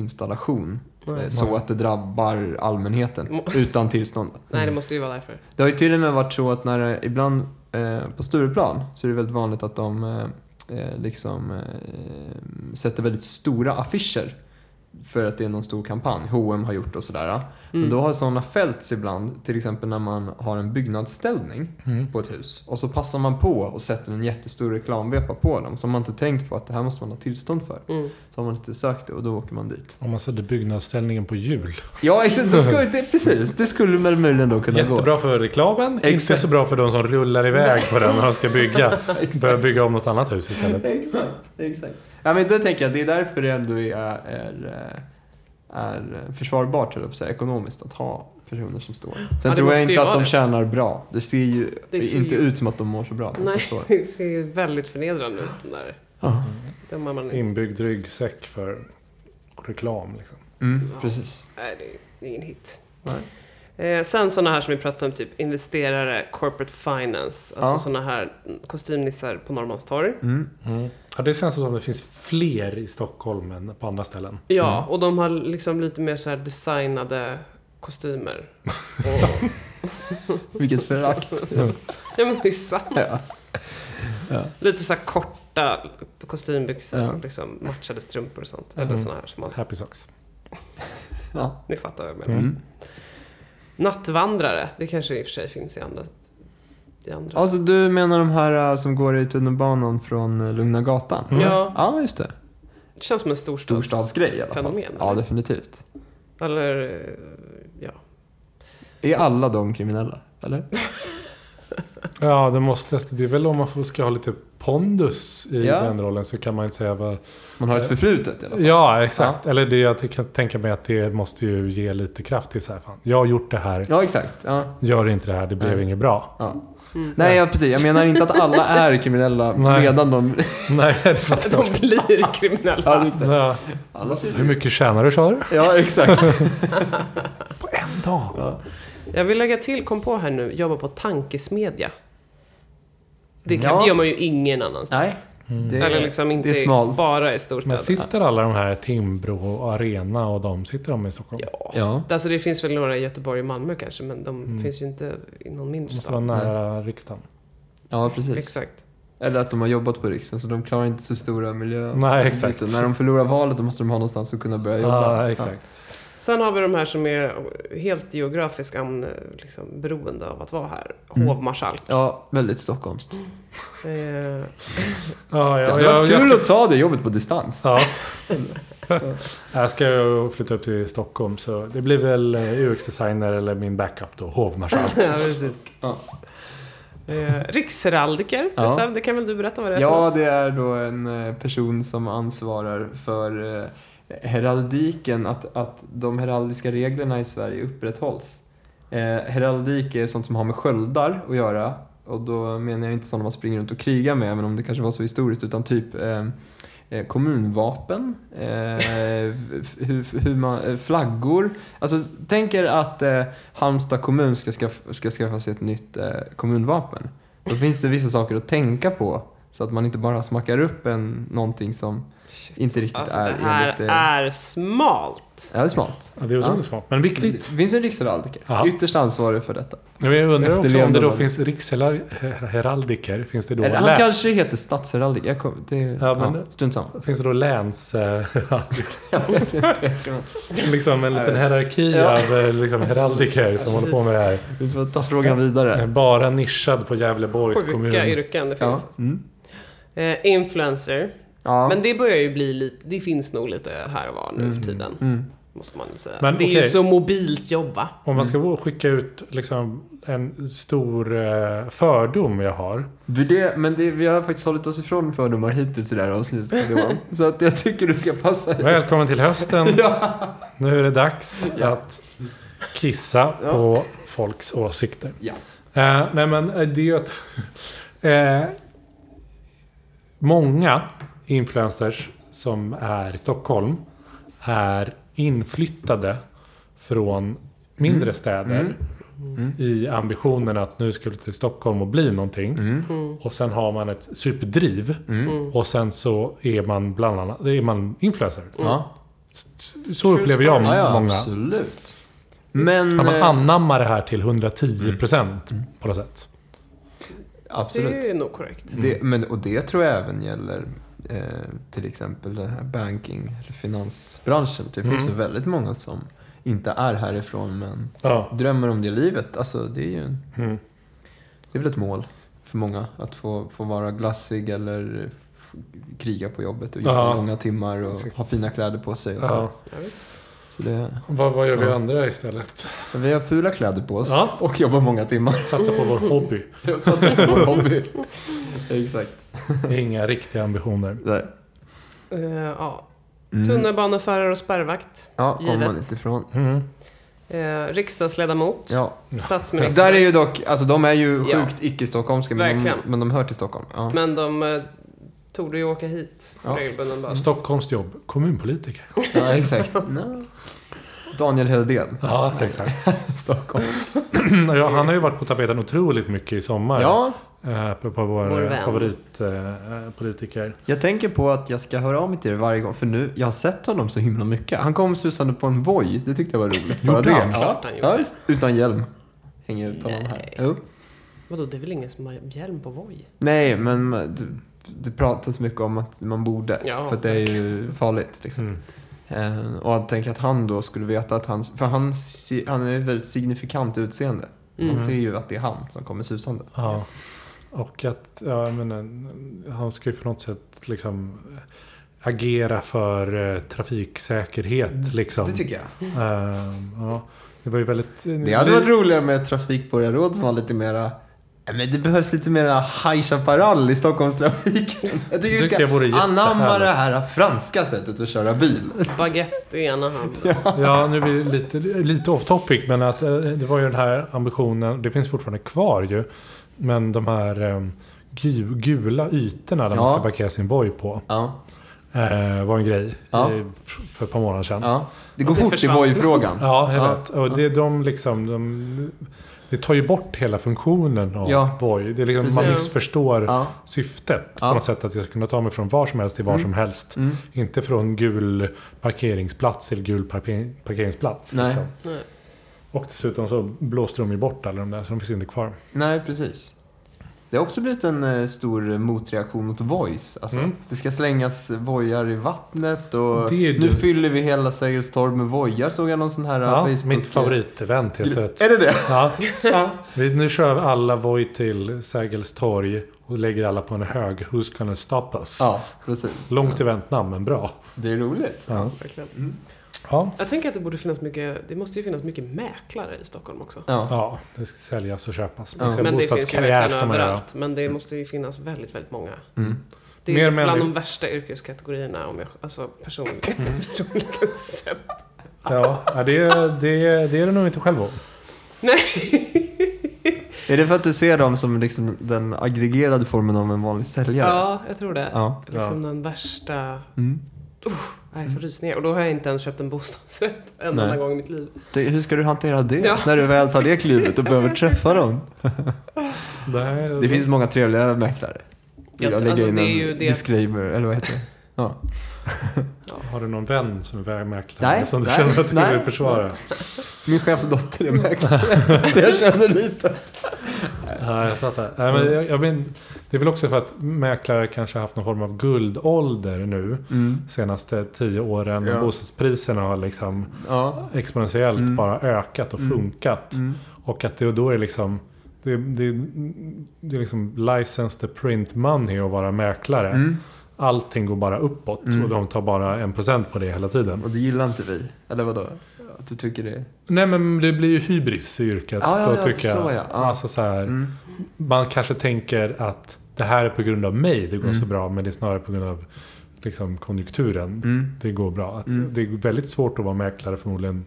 Speaker 2: skyltinstallation eh,
Speaker 3: Nej.
Speaker 2: så
Speaker 1: Mm.
Speaker 2: att det drabbar allmänheten
Speaker 3: Mm.
Speaker 2: utan tillstånd.
Speaker 3: Nej, det måste ju vara därför.
Speaker 2: Det har ju till och med varit så att när det, ibland eh, på Stureplan så är det väldigt vanligt att de eh, eh, liksom, eh, sätter väldigt stora affischer för att det är någon stor kampanj H&M har gjort och sådär. Men då har sådana fällts ibland, till exempel när man har en byggnadsställning
Speaker 1: Mm.
Speaker 2: på ett hus och så passar man på och sätter en jättestor reklamvepa på dem som man inte tänkt på att det här måste man ha tillstånd för.
Speaker 3: Mm.
Speaker 2: Så har man inte sökt det och då åker man dit.
Speaker 1: Om man sätter byggnadsställningen på jul.
Speaker 2: Ja, exakt. Det skulle, det, precis. Det skulle väl möjligen då kunna gå.
Speaker 1: Jättebra för reklamen, inte
Speaker 2: Exakt.
Speaker 1: så bra för de som rullar iväg på den när de ska bygga. Börja bygga om något annat hus istället.
Speaker 2: Exakt. exakt. Ja, men då tänker jag att det är därför det ändå är, är, är försvarbart, höll jag på att säga, ekonomiskt att ha personer som står. Sen
Speaker 3: det
Speaker 2: tror
Speaker 3: måste
Speaker 2: jag
Speaker 3: ju
Speaker 2: inte att
Speaker 3: vara
Speaker 2: de
Speaker 3: det.
Speaker 2: tjänar bra. Det ser ju
Speaker 3: Det ser
Speaker 2: inte
Speaker 3: ju-
Speaker 2: ut som att de mår så bra. de som
Speaker 3: Nej,
Speaker 2: står.
Speaker 3: det ser ju väldigt förnedrande ut. De där.
Speaker 2: Ja.
Speaker 3: De har man,
Speaker 1: Inbyggd ryggsäck för reklam. Liksom.
Speaker 2: Mm, precis.
Speaker 3: nej, det är ingen hit.
Speaker 2: Nej.
Speaker 3: Eh, sen sådana här som vi pratade om, typ investerare, corporate finance. Alltså
Speaker 2: Ja.
Speaker 3: sådana här kostymnissar på Norrmalmstorg.
Speaker 2: Mm.
Speaker 1: Ja, det känns som att det finns fler i Stockholm än på andra ställen.
Speaker 3: Ja,
Speaker 2: Mm.
Speaker 3: och de har liksom lite mer så här designade kostymer. Och,
Speaker 2: Vilket förakt.
Speaker 3: ja men det är ju sant.
Speaker 2: Ja.
Speaker 3: Lite så här korta kostymbyxor
Speaker 2: Ja.
Speaker 3: och liksom matchade strumpor och sånt.
Speaker 1: Mm.
Speaker 3: Eller sådana här som man...
Speaker 1: Happy socks.
Speaker 2: Ja.
Speaker 3: Ni fattar vad jag menar.
Speaker 1: Mm.
Speaker 3: Nattvandrare, det kanske i och för sig finns i andra... I andra.
Speaker 2: Alltså du menar de här äh, som går i tunnelbanan från äh, Lugna gatan?
Speaker 1: Mm.
Speaker 3: Ja,
Speaker 2: Ja, just det.
Speaker 3: det känns som en storstads...
Speaker 2: Storstadsgrej i alla fall.
Speaker 3: Fenomen,
Speaker 2: Ja,
Speaker 3: eller?
Speaker 2: definitivt.
Speaker 3: Eller, eh, ja.
Speaker 2: Är alla de kriminella? Eller?
Speaker 1: Ja, det måste Det är väl om man får- ska ha lite pondus i
Speaker 2: Ja.
Speaker 1: den rollen så kan man inte säga vad...
Speaker 2: Man har ett förflutet i alla fall.
Speaker 1: Ja, exakt. Eller det jag kan tänka mig att det måste ju ge lite kraft till så här, fan, jag har gjort det här,
Speaker 2: Ja, exakt. Ja.
Speaker 1: gör inte det här, det blev
Speaker 2: Nej.
Speaker 1: inget bra.
Speaker 2: Ja. Nej, ja, precis. Jag menar inte att alla är kriminella
Speaker 1: Nej.
Speaker 2: medan de...
Speaker 1: Nej, det fattar jag
Speaker 3: De
Speaker 1: också.
Speaker 3: blir kriminella.
Speaker 2: Ja, det-
Speaker 1: Ja.
Speaker 2: Annars är
Speaker 1: Hur mycket tjänar du sa du?
Speaker 2: det- ja exakt.
Speaker 1: På en dag?
Speaker 3: Jag vill lägga till, kom på här nu, jobba på tankesmedja. Det, kan,
Speaker 2: Ja.
Speaker 3: det gör man ju ingen annanstans.
Speaker 2: Nej. Det,
Speaker 3: Eller liksom inte
Speaker 2: Mm. det är smalt.
Speaker 3: bara i
Speaker 1: Men
Speaker 3: storstäder.
Speaker 1: sitter alla de här Timbro och Arena och de, sitter de i Stockholm?
Speaker 3: Ja.
Speaker 2: Ja.
Speaker 3: Alltså det finns väl några i Göteborg och Malmö kanske, men de finns ju inte i någon
Speaker 1: Det
Speaker 3: mindre
Speaker 1: Mm. måste
Speaker 3: stad.
Speaker 1: vara nära riksdagen.
Speaker 2: ja, precis.
Speaker 3: Exakt.
Speaker 2: Eller att de har jobbat på Riksen så de klarar inte så stora miljö...
Speaker 1: Nej, exakt.
Speaker 2: När de förlorar valet då måste de ha någonstans att kunna börja jobba.
Speaker 1: Ja, exakt.
Speaker 3: Sen har vi de här som är helt geografiskt an, liksom, beroende av att vara här.
Speaker 1: Mm.
Speaker 3: Hovmarskalk.
Speaker 2: Ja, väldigt stockholmskt.
Speaker 3: Eh,
Speaker 1: Ja,
Speaker 2: Det
Speaker 1: jag,
Speaker 2: hade
Speaker 1: jag,
Speaker 2: varit
Speaker 1: jag,
Speaker 2: kul
Speaker 1: ska,
Speaker 2: att ta det jobbet på distans.
Speaker 1: ja. jag ska ju flytta upp till Stockholm så det blir väl eh, UX-designer eller min backup då, hovmarskalk.
Speaker 3: ja, precis.
Speaker 2: Ja.
Speaker 3: Eh, riksheraldiker,
Speaker 2: Ja.
Speaker 3: Gustav, det kan väl du berätta vad det är för
Speaker 2: Ja,
Speaker 3: något?
Speaker 2: det är då en eh, person som ansvarar för eh, heraldiken, att, att de heraldiska reglerna i Sverige upprätthålls. Eh, heraldik är sånt som har med sköldar att göra och då menar jag inte sådana man springer runt och krigar med, även om det kanske var så historiskt, utan typ eh, eh, kommunvapen, eh, f- hur, hur man, eh, flaggor. Alltså, tänk er att eh, Halmstad kommun ska skaffa, ska skaffa sig ett nytt eh, kommunvapen. Då finns det vissa saker att tänka på så att man inte bara smackar upp en, någonting som inte riktigt
Speaker 3: Alltså,
Speaker 2: är
Speaker 3: det här
Speaker 2: enligt... eh,
Speaker 3: är smalt.
Speaker 2: Ja, det är smalt.
Speaker 1: Ja, det är otroligt smart, men
Speaker 2: Det
Speaker 1: viktigt.
Speaker 2: finns en riksheraldiker,
Speaker 1: Ja.
Speaker 2: ytterst ansvarig för detta.
Speaker 1: Men jag undrar också om det
Speaker 2: Efterlevnad
Speaker 1: då
Speaker 2: av-
Speaker 1: finns riksheraldiker, finns det då
Speaker 2: Eller, han
Speaker 1: lä-
Speaker 2: kanske heter statsheraldik. Jag kom, det, ja,
Speaker 1: men-
Speaker 2: strunt samma.
Speaker 1: Finns det då läns... eh,
Speaker 2: Jag vet inte, jag tror inte.
Speaker 1: liksom en liten hierarki
Speaker 2: Ja.
Speaker 1: av eh, liksom, heraldiker som håller på med det här?
Speaker 2: Vi får ta frågan vidare.
Speaker 1: Eh, Bara nischad på Gävleborgs kommun.
Speaker 3: Sjuka yrken det
Speaker 2: Ja.
Speaker 3: finns.
Speaker 2: Mm.
Speaker 3: Eh, influencer.
Speaker 2: Ja.
Speaker 3: Men det börjar ju bli lite, det finns nog lite här och var nu för tiden.
Speaker 2: Mm.
Speaker 3: Måste man säga.
Speaker 1: Men
Speaker 3: det är ju
Speaker 1: okej.
Speaker 3: så mobilt jobba.
Speaker 1: Om man ska gå- skicka ut liksom, en stor eh, fördom jag har.
Speaker 2: Det är det, men det, vi har faktiskt hållit oss ifrån fördomar hittills i det här avsnittet, Carl-Johan. Så att jag tycker du ska passa dig.
Speaker 1: Välkommen till hösten.
Speaker 2: Ja.
Speaker 1: Nu är det dags
Speaker 2: Ja.
Speaker 1: att kissa
Speaker 2: Ja.
Speaker 1: på folks åsikter.
Speaker 2: Ja.
Speaker 1: Eh, nej men eh, det är ju att... Eh, många influencers som är i Stockholm är inflyttade från mindre
Speaker 2: Mm.
Speaker 1: städer. I ambitionen att nu ska vi till Stockholm och bli någonting.
Speaker 2: Mm.
Speaker 3: Mm.
Speaker 1: Och sen har man ett superdriv. Och sen så är man bland annat är man influencer.
Speaker 2: Ja,
Speaker 1: Så upplever jag
Speaker 2: ja, ja
Speaker 1: många.
Speaker 2: absolut. Men...
Speaker 1: Att man
Speaker 3: Mm.
Speaker 2: eh,
Speaker 1: Mm. anammar det här till 110 procent på något sätt.
Speaker 2: eh, Absolut.
Speaker 3: Det är nog korrekt.
Speaker 1: Mm.
Speaker 2: Det, men, och det tror jag även gäller eh, till exempel den här banking, eller finansbranschen. Det finns
Speaker 1: Mm.
Speaker 2: ju väldigt många som inte är härifrån men
Speaker 1: Ja.
Speaker 2: drömmer om det livet. Alltså, det, är ju, en-
Speaker 1: Mm.
Speaker 2: det är väl ett mål för många att få, få vara glassig eller f- kriga på jobbet och jobba
Speaker 1: Ja.
Speaker 2: långa timmar och ha fina kläder på sig. Och så.
Speaker 1: Ja.
Speaker 3: Ja, visst.
Speaker 2: Så det,
Speaker 1: Vad, vad gör vi
Speaker 2: Ja.
Speaker 1: andra istället?
Speaker 2: vi har fula kläder på oss
Speaker 1: Ja.
Speaker 2: och jobbar många timmar.
Speaker 1: Satsa på vår hobby.
Speaker 2: Jag satsar på vår hobby. Exakt.
Speaker 1: Inga riktiga ambitioner.
Speaker 2: Där.
Speaker 3: Eh, ja.
Speaker 2: Mm.
Speaker 3: Tunnelbaneförare och spärrvakt.
Speaker 2: Ja, kommer
Speaker 3: Givet.
Speaker 2: man inte ifrån.
Speaker 1: Mm.
Speaker 3: Eh, riksdagsledamot.
Speaker 2: Ja.
Speaker 1: Ja.
Speaker 3: Statsminister.
Speaker 2: Där är ju dock, alltså de är ju
Speaker 3: Ja.
Speaker 2: sjukt icke-stockholmska men de,
Speaker 3: Verkligen.
Speaker 2: men de hör till Stockholm. Ja.
Speaker 3: Men de eh, tog ju åka hit
Speaker 2: Ja. Mm.
Speaker 3: regelbunden bas.
Speaker 1: Stockholms jobb, kommunpolitiker.
Speaker 2: Ja, exakt. No. Daniel Heldén.
Speaker 1: Ja, exakt.
Speaker 2: Stockholm.
Speaker 1: ja, han har ju varit på tapeten otroligt mycket i sommar.
Speaker 2: Ja,
Speaker 1: Eh, På vår, eh,
Speaker 3: Vår vän.
Speaker 1: favoritpolitiker.
Speaker 2: jag tänker på att jag ska höra av mig till dig varje gång för nu, jag har sett honom så himla mycket. Han kom susande på en voj, det tyckte jag var roligt. Bara
Speaker 1: Gjorde
Speaker 2: det.
Speaker 1: han?
Speaker 2: Ja,
Speaker 3: Klart han gjorde.
Speaker 2: ja, visst. Utan hjälm. Hänger ut honom här.
Speaker 3: Nej.
Speaker 2: Jo.
Speaker 3: Vadå, det är väl ingen som har hjälm på Voi?
Speaker 2: Nej, men det, det pratas mycket om att man borde,
Speaker 3: Ja.
Speaker 2: för att det är ju farligt. Liksom.
Speaker 1: Mm.
Speaker 2: Eh, och jag tänker att han då skulle veta att han... För han, se- han är ett väldigt signifikant utseende.
Speaker 3: Mm.
Speaker 2: Man ser ju att det är han som kommer susande.
Speaker 1: Ja. Och att ja, jag menar, han ska ju på något sätt liksom agera för eh,
Speaker 3: Mm.
Speaker 1: trafiksäkerhet. Liksom.
Speaker 2: Det tycker jag.
Speaker 1: Ehm, ja. Det var ju väldigt... eh,
Speaker 2: Det hade varit roligare med ett trafikborgarråd som var lite mera... "Nej, Men det behövs lite mera High Chaparral i Stockholmstrafiken. Jag tycker vi
Speaker 1: Tycker jag vore
Speaker 2: ska anamma
Speaker 1: jättehärligt.
Speaker 2: det här franska sättet att köra bil.
Speaker 3: Baguette i ena handen.
Speaker 1: Ja, nu blir det lite, lite off topic. Men att, eh, det var ju den här ambitionen. Det finns fortfarande kvar ju. Men de här eh, gu, gula ytorna där
Speaker 2: Ja.
Speaker 1: man ska parkera sin Voi på.
Speaker 2: Ja,
Speaker 1: eh, var en grej
Speaker 2: Ja.
Speaker 1: eh, för ett par månader sedan.
Speaker 2: ja. Det går
Speaker 3: Det
Speaker 2: fort i
Speaker 3: försvann.
Speaker 2: Voi-frågan.
Speaker 1: Ja, jag
Speaker 2: Ja.
Speaker 1: vet. Och det, de liksom, de, det tar ju bort hela funktionen av
Speaker 2: Ja.
Speaker 1: Voi. Det är liksom, man
Speaker 2: Precis.
Speaker 1: missförstår
Speaker 2: Ja.
Speaker 1: syftet
Speaker 2: Ja.
Speaker 1: på något sätt. Att jag ska kunna ta mig från var som helst till var som helst.
Speaker 2: Mm.
Speaker 1: Inte från gul parkeringsplats till gul parpe- parkeringsplats.
Speaker 2: Nej.
Speaker 1: Liksom.
Speaker 3: Nej.
Speaker 1: Och dessutom så blåste de ju bort alla de där, så de finns inte kvar.
Speaker 2: Nej, precis. Det har också blivit en eh, stor motreaktion mot Voice. Alltså,
Speaker 1: Mm.
Speaker 2: Det ska slängas vojar i vattnet och
Speaker 1: Det är ju
Speaker 2: nu
Speaker 1: dumt.
Speaker 2: fyller vi hela Sergels torg med vojar såg jag någon sån här eh,
Speaker 1: Ja,
Speaker 2: Facebook...
Speaker 1: mitt favoritevent helt sett.
Speaker 2: Är det det?
Speaker 1: Ja,
Speaker 2: Ja.
Speaker 1: vi, nu kör vi alla Voi till Sergels torg och lägger alla på en hög. Who's gonna stop us?
Speaker 2: ja, precis.
Speaker 1: Långt eventnamn, men bra.
Speaker 2: Det är roligt.
Speaker 1: Ja.
Speaker 3: Verkligen.
Speaker 1: Ja.
Speaker 3: Jag tänker att det borde finnas mycket, det måste ju finnas mycket mäklare i Stockholm också.
Speaker 2: Ja.
Speaker 1: ja, det ska säljas och köpas.
Speaker 2: Ja.
Speaker 1: Ja.
Speaker 3: Men det finns ju
Speaker 1: Bostadskarriär
Speaker 3: verkligen
Speaker 1: ska man göra.
Speaker 3: överallt. Men det måste ju finnas väldigt, väldigt många.
Speaker 2: Mm.
Speaker 3: Det är
Speaker 1: Mer
Speaker 3: bland
Speaker 1: människor-
Speaker 3: de värsta yrkeskategorierna om jag alltså personligen, personligen sett.
Speaker 1: Ja, ja, det, det, det är det nog inte själv om.
Speaker 2: Är det för att du ser dem som liksom den aggregerade formen av en vanlig säljare?
Speaker 3: Ja, jag tror det.
Speaker 2: Ja.
Speaker 3: Liksom den värsta...
Speaker 2: Mm.
Speaker 3: Nej, jag får rysningar. Och då har jag inte ens köpt en bostadsrätt en
Speaker 2: Nej.
Speaker 3: enda gång i mitt liv.
Speaker 2: Det, hur ska du hantera det
Speaker 3: Ja.
Speaker 2: när du väl tar det klivet och behöver träffa dem?
Speaker 1: Det,
Speaker 2: Det finns många trevliga mäklare.
Speaker 3: Jag
Speaker 2: Vill jag
Speaker 3: tror-
Speaker 2: lägga
Speaker 3: alltså,
Speaker 2: in
Speaker 3: det
Speaker 2: en
Speaker 3: är ju det-
Speaker 2: disclaimer, eller vad heter det? Ja.
Speaker 1: Har du någon vän som är vägmäklare
Speaker 2: Nej,
Speaker 1: som du
Speaker 2: nej,
Speaker 1: känner att du
Speaker 2: nej.
Speaker 1: vill försvara?
Speaker 2: Min chefs dotter är mäklare, så jag känner lite.
Speaker 1: Ja, jag fattar. Nej, men jag, jag men, det är väl också för att mäklare kanske har haft någon form av guldålder nu.
Speaker 2: Mm.
Speaker 1: Senaste tio åren.
Speaker 2: Ja.
Speaker 1: Bostadspriserna har liksom
Speaker 2: Ja.
Speaker 1: exponentiellt
Speaker 2: Mm.
Speaker 1: bara ökat och
Speaker 2: Mm.
Speaker 1: funkat. Och att det och då är det liksom det, det, det är liksom license to print money att vara mäklare.
Speaker 2: Mm.
Speaker 1: Allting går bara uppåt
Speaker 2: Mm.
Speaker 1: och de tar bara 1% på det hela tiden.
Speaker 2: Och det gillar inte vi. Eller vadå? Att du tycker det?
Speaker 1: Nej men det blir ju hybris i yrket.
Speaker 2: Ja, ja,
Speaker 1: då
Speaker 2: ja,
Speaker 1: tycker jag.
Speaker 2: så ja. Ja.
Speaker 1: Alltså, så här,
Speaker 2: Mm.
Speaker 1: Man kanske tänker att det här är på grund av mig det går
Speaker 2: Mm.
Speaker 1: så bra. Men det är snarare på grund av liksom, konjunkturen.
Speaker 2: Mm.
Speaker 1: Det går bra. Att
Speaker 2: Mm.
Speaker 1: Det är väldigt svårt att vara mäklare förmodligen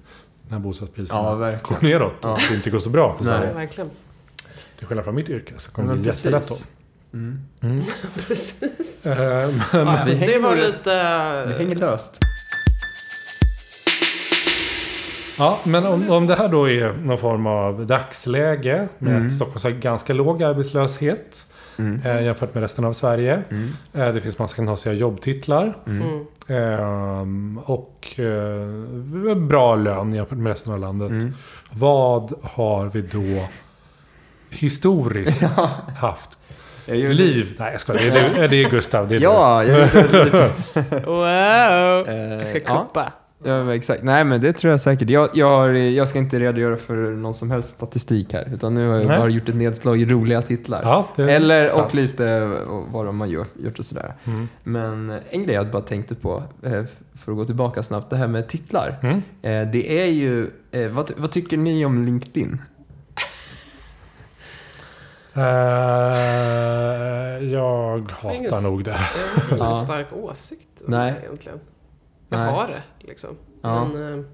Speaker 1: när bostadspriserna
Speaker 2: Ja,
Speaker 1: går
Speaker 2: verkligen.
Speaker 1: neråt.
Speaker 2: Ja.
Speaker 1: Och det inte går så bra för
Speaker 2: Nej.
Speaker 1: Sverige.
Speaker 3: Verkligen.
Speaker 1: Till skillnad från mitt yrke så kommer
Speaker 2: Men
Speaker 1: det bli jättelätt då.
Speaker 2: precis. Mm.
Speaker 1: Mm.
Speaker 3: Precis.
Speaker 1: Eh, men-
Speaker 3: Ja,
Speaker 2: vi hänger
Speaker 3: det var
Speaker 2: nog-
Speaker 3: lite...
Speaker 2: Det
Speaker 1: eh,
Speaker 2: hänger löst.
Speaker 1: Ja, men om, om det här då är någon form av dagsläge med
Speaker 2: Mm.
Speaker 1: att Stockholm har ganska låg arbetslöshet
Speaker 2: Mm.
Speaker 1: eh, jämfört med resten av Sverige.
Speaker 2: Mm.
Speaker 1: Eh, det finns massa knasiga jobbtitlar
Speaker 3: Mm.
Speaker 1: ehm, och eh, bra lön jämfört med resten av landet.
Speaker 2: Mm.
Speaker 1: Vad har vi då historiskt haft
Speaker 2: Jag gjorde-
Speaker 1: Liv. Nej jag skojar. Det är, du, det är Gustav. Det är
Speaker 2: Ja, jag gjorde ett litet...
Speaker 3: Wow!
Speaker 2: eh,
Speaker 3: Jag ska
Speaker 2: ja.
Speaker 3: kuppa.
Speaker 2: Ja, men exakt. Nej, men det tror jag säkert. Jag, jag, har, jag ska inte redogöra för någon som helst statistik här, utan nu har jag
Speaker 1: Nej.
Speaker 2: bara gjort ett nedslag i roliga
Speaker 1: du.
Speaker 2: titlar.
Speaker 1: Ja, det,
Speaker 2: Eller
Speaker 1: sant.
Speaker 2: och lite eh, vad de har gjort, gjort och sådär.
Speaker 1: Mm.
Speaker 2: Men en grej jag bara tänkte på, eh, för att gå tillbaka snabbt, det här med titlar.
Speaker 1: Mm.
Speaker 2: Eh, Det är ju, eh, vad, vad tycker ni om LinkedIn?
Speaker 1: Eh, jag hatar
Speaker 3: Ingen s-
Speaker 1: nog det.
Speaker 3: Jag har ingen
Speaker 2: Ja.
Speaker 3: stark åsikt om
Speaker 2: Nej.
Speaker 3: det egentligen. Jag
Speaker 2: Nej.
Speaker 3: har det liksom.
Speaker 2: Ja.
Speaker 3: Men eh,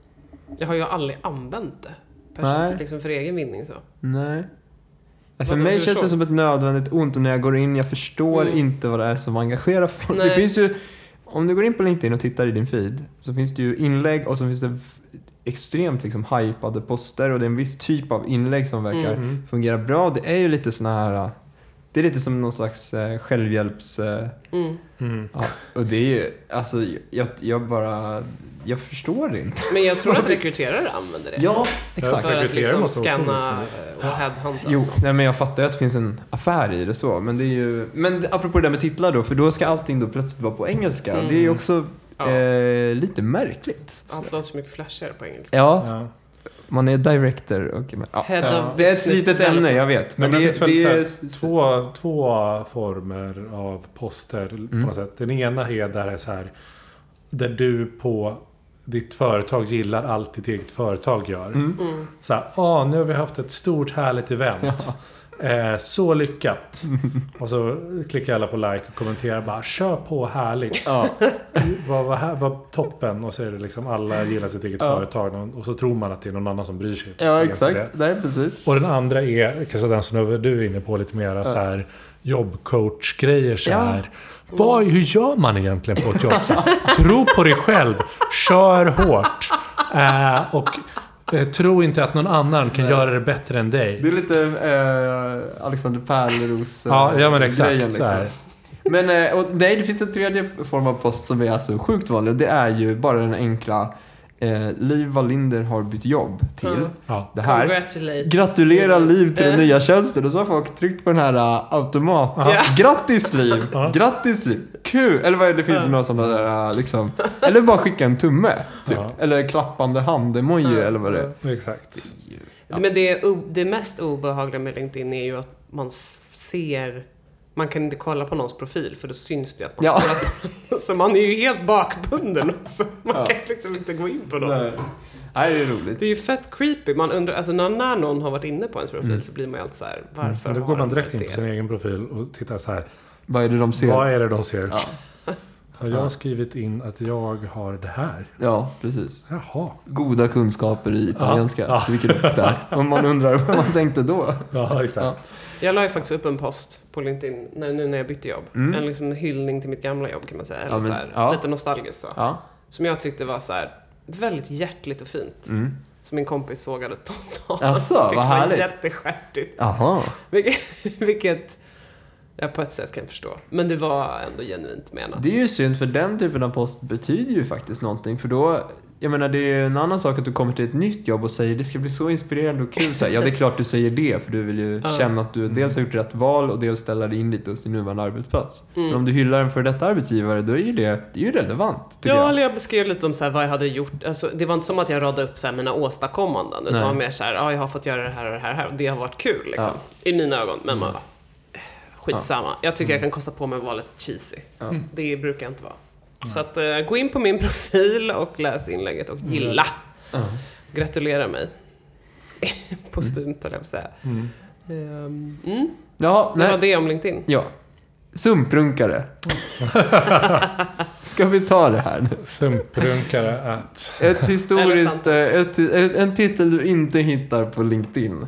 Speaker 3: jag har ju aldrig använt det.
Speaker 2: Nej.
Speaker 3: Person, liksom för egen vinning så.
Speaker 2: Nej.
Speaker 3: Vad
Speaker 2: För
Speaker 3: tycker
Speaker 2: mig
Speaker 3: du
Speaker 2: känns
Speaker 3: så?
Speaker 2: det som ett nödvändigt ont och när jag går in, jag förstår
Speaker 3: Mm.
Speaker 2: inte vad det är som engagerar folk.
Speaker 3: Nej.
Speaker 2: Det finns ju, om du går in på LinkedIn och tittar i din feed så finns det ju inlägg och så finns det f- extremt liksom hypade poster och det är en viss typ av inlägg som verkar
Speaker 1: Mm.
Speaker 2: fungera bra. Det är ju lite såna här, äh, det är lite som någon slags eh, självhjälps... eh,
Speaker 3: Mm.
Speaker 1: Mm.
Speaker 2: ja, och det är ju, alltså jag, jag bara, jag förstår det inte.
Speaker 3: Men jag tror att rekryterare använder det.
Speaker 2: Ja,
Speaker 1: exakt.
Speaker 3: För att
Speaker 1: Rekryterare
Speaker 3: liksom
Speaker 1: måste vara
Speaker 3: scanna eh, och headhunta
Speaker 2: Jo,
Speaker 3: och sånt.
Speaker 2: nej, men jag fattar ju att det finns en affär i det så. Men det är ju... Men apropå det där med titlar då, för då ska allting då plötsligt vara på engelska.
Speaker 3: Mm.
Speaker 2: Det är ju också
Speaker 3: Ja.
Speaker 2: eh, lite märkligt.
Speaker 3: Allt låter så mycket flashigare på engelska.
Speaker 2: Ja,
Speaker 1: Ja.
Speaker 2: man är director och... Men, ja.
Speaker 3: Head
Speaker 1: Ja.
Speaker 3: of
Speaker 2: Det är ett
Speaker 3: business
Speaker 2: slitet ämne,
Speaker 3: development.
Speaker 2: jag vet. Men,
Speaker 1: Nej, men
Speaker 2: det,
Speaker 1: det finns väl
Speaker 2: det är...
Speaker 1: Två, två former av poster på
Speaker 2: Mm.
Speaker 1: något sätt. Den ena är där, det är så här, där du på ditt företag gillar allt ditt eget företag gör.
Speaker 2: Mm.
Speaker 3: Mm.
Speaker 1: Så här, ah, nu har vi haft ett stort härligt event. Eh, så lyckat. och så klickar alla på like och kommenterar bara kör på härligt.
Speaker 2: Ja.
Speaker 1: vad, vad, här, vad toppen. Och så är det liksom alla gillar sitt eget
Speaker 2: Ja.
Speaker 1: företag. Och så tror man att det är någon annan som bryr sig. Fast det är
Speaker 2: ja,
Speaker 1: inte det.
Speaker 2: exakt. Nej, precis.
Speaker 1: Och den andra är kanske den som du är inne på lite mera så här jobbcoach-grejer så
Speaker 2: Ja.
Speaker 1: här. Vad, hur gör man egentligen på ett jobb? Så här, tro på dig själv, kör hårt eh, och eh, tro inte att någon annan kan göra det bättre än dig.
Speaker 2: Det är lite eh, Alexander Pärleros eh,
Speaker 1: Ja, ja men exakt.
Speaker 2: grejen,
Speaker 1: så här.
Speaker 2: Men eh, och, nej, det finns en tredje form av post som är alltså sjukt vanlig. och Det är ju bara den enkla eh, Liv Wallinder har bytt jobb till
Speaker 3: Mm.
Speaker 1: Ja.
Speaker 2: det här.
Speaker 3: Congratulate.
Speaker 2: Gratulerar Liv till den
Speaker 3: Eh.
Speaker 2: nya tjänsten och så har folk tryckt på den här uh, automat.
Speaker 3: Ja.
Speaker 2: Grattis Liv!
Speaker 1: Ja.
Speaker 2: Grattis Liv! Kul! Eller vad är det, finns det några sådana där uh, liksom. Eller bara skicka en tumme. Typ.
Speaker 1: Ja.
Speaker 2: Eller klappande hand-emoji
Speaker 3: Mm.
Speaker 2: eller vad det är.
Speaker 1: Exakt.
Speaker 2: Ja.
Speaker 3: Men det, o- det mest obehagliga med LinkedIn är ju att man s- ser... Man kan inte kolla på någons profil för då syns det att man
Speaker 2: Ja.
Speaker 3: kollar. Så man är ju helt bakbunden också. Man
Speaker 2: Ja.
Speaker 3: kan liksom inte gå in på något.
Speaker 2: Nej. nej, det är roligt.
Speaker 3: Det är ju fett creepy. Man undrar, alltså när, när någon har varit inne på ens
Speaker 2: Mm.
Speaker 3: profil så blir man ju alltid så här, varför
Speaker 1: Då
Speaker 3: har
Speaker 1: går man
Speaker 3: den
Speaker 1: direkt in
Speaker 3: varit
Speaker 1: på
Speaker 3: det?
Speaker 1: sin egen profil och tittar så här.
Speaker 2: Vad är det de ser?
Speaker 1: Vad är det de ser?
Speaker 2: Ja.
Speaker 1: Har jag skrivit in att jag har det här?
Speaker 2: Ja, precis.
Speaker 1: Jaha.
Speaker 2: goda kunskaper i italienska.
Speaker 1: Ja.
Speaker 2: Vilket upp där. Om man undrar vad man tänkte då.
Speaker 1: Ja, exakt.
Speaker 3: Jag la ju faktiskt upp en post på LinkedIn när, nu när jag bytte jobb.
Speaker 2: Mm.
Speaker 3: En liksom hyllning till mitt gamla jobb kan man säga. Eller
Speaker 2: Ja, men-
Speaker 3: så här,
Speaker 2: ja.
Speaker 3: Lite nostalgiskt så.
Speaker 2: Ja.
Speaker 3: Som jag tyckte var så här, väldigt hjärtligt och fint.
Speaker 2: Mm.
Speaker 3: Som min kompis sågade totalt.
Speaker 2: Jaså, vad
Speaker 3: Tyckte det var
Speaker 2: härligt.
Speaker 3: jättestjärtigt.
Speaker 2: Aha.
Speaker 3: Vilket, vilket jag på ett sätt kan förstå. Men det var ändå genuint menat.
Speaker 2: Det är ju synd för den typen av post betyder ju faktiskt någonting. För då, jag menar det är ju en annan sak att du kommer till ett nytt jobb och säger det ska bli så inspirerande och kul. Så här, ja det är klart du säger det för du vill ju
Speaker 3: Ja.
Speaker 2: känna att du dels har gjort rätt val och dels ställer dig in lite hos din nuvarande arbetsplats.
Speaker 3: Mm.
Speaker 2: Men om du hyllar en för detta arbetsgivare då är ju det, det är ju relevant. tycker
Speaker 3: Ja,
Speaker 2: jag.
Speaker 3: eller jag beskrev lite om så här vad jag hade gjort. Alltså, det var inte som att jag radade upp så här mina åstadkommanden. Utan
Speaker 2: Nej.
Speaker 3: var mer så här, ja, jag har fått göra det här och det här. och det här Och det har varit kul liksom. I mina ögon. Men
Speaker 2: Mm.
Speaker 3: man bara, eh, skitsamma. Jag tycker jag kan kosta på mig att vara lite cheesy.
Speaker 2: Ja.
Speaker 3: Det brukar jag inte vara. Så att eh, gå in på min profil och läs inlägget och gilla.
Speaker 2: Mm. Ja.
Speaker 3: Gratulera mig.
Speaker 2: Mm.
Speaker 3: Postumt höll jag på att säga.
Speaker 1: Mm.
Speaker 3: Ehm, Mm.
Speaker 2: Ja,
Speaker 3: Det var
Speaker 2: nej.
Speaker 3: det om LinkedIn.
Speaker 2: Ja. Sumprunkare. ska vi ta det här nu?
Speaker 1: Sumprunkare att...
Speaker 2: Ett historiskt, eh, ett, ett, en titel du inte hittar på LinkedIn.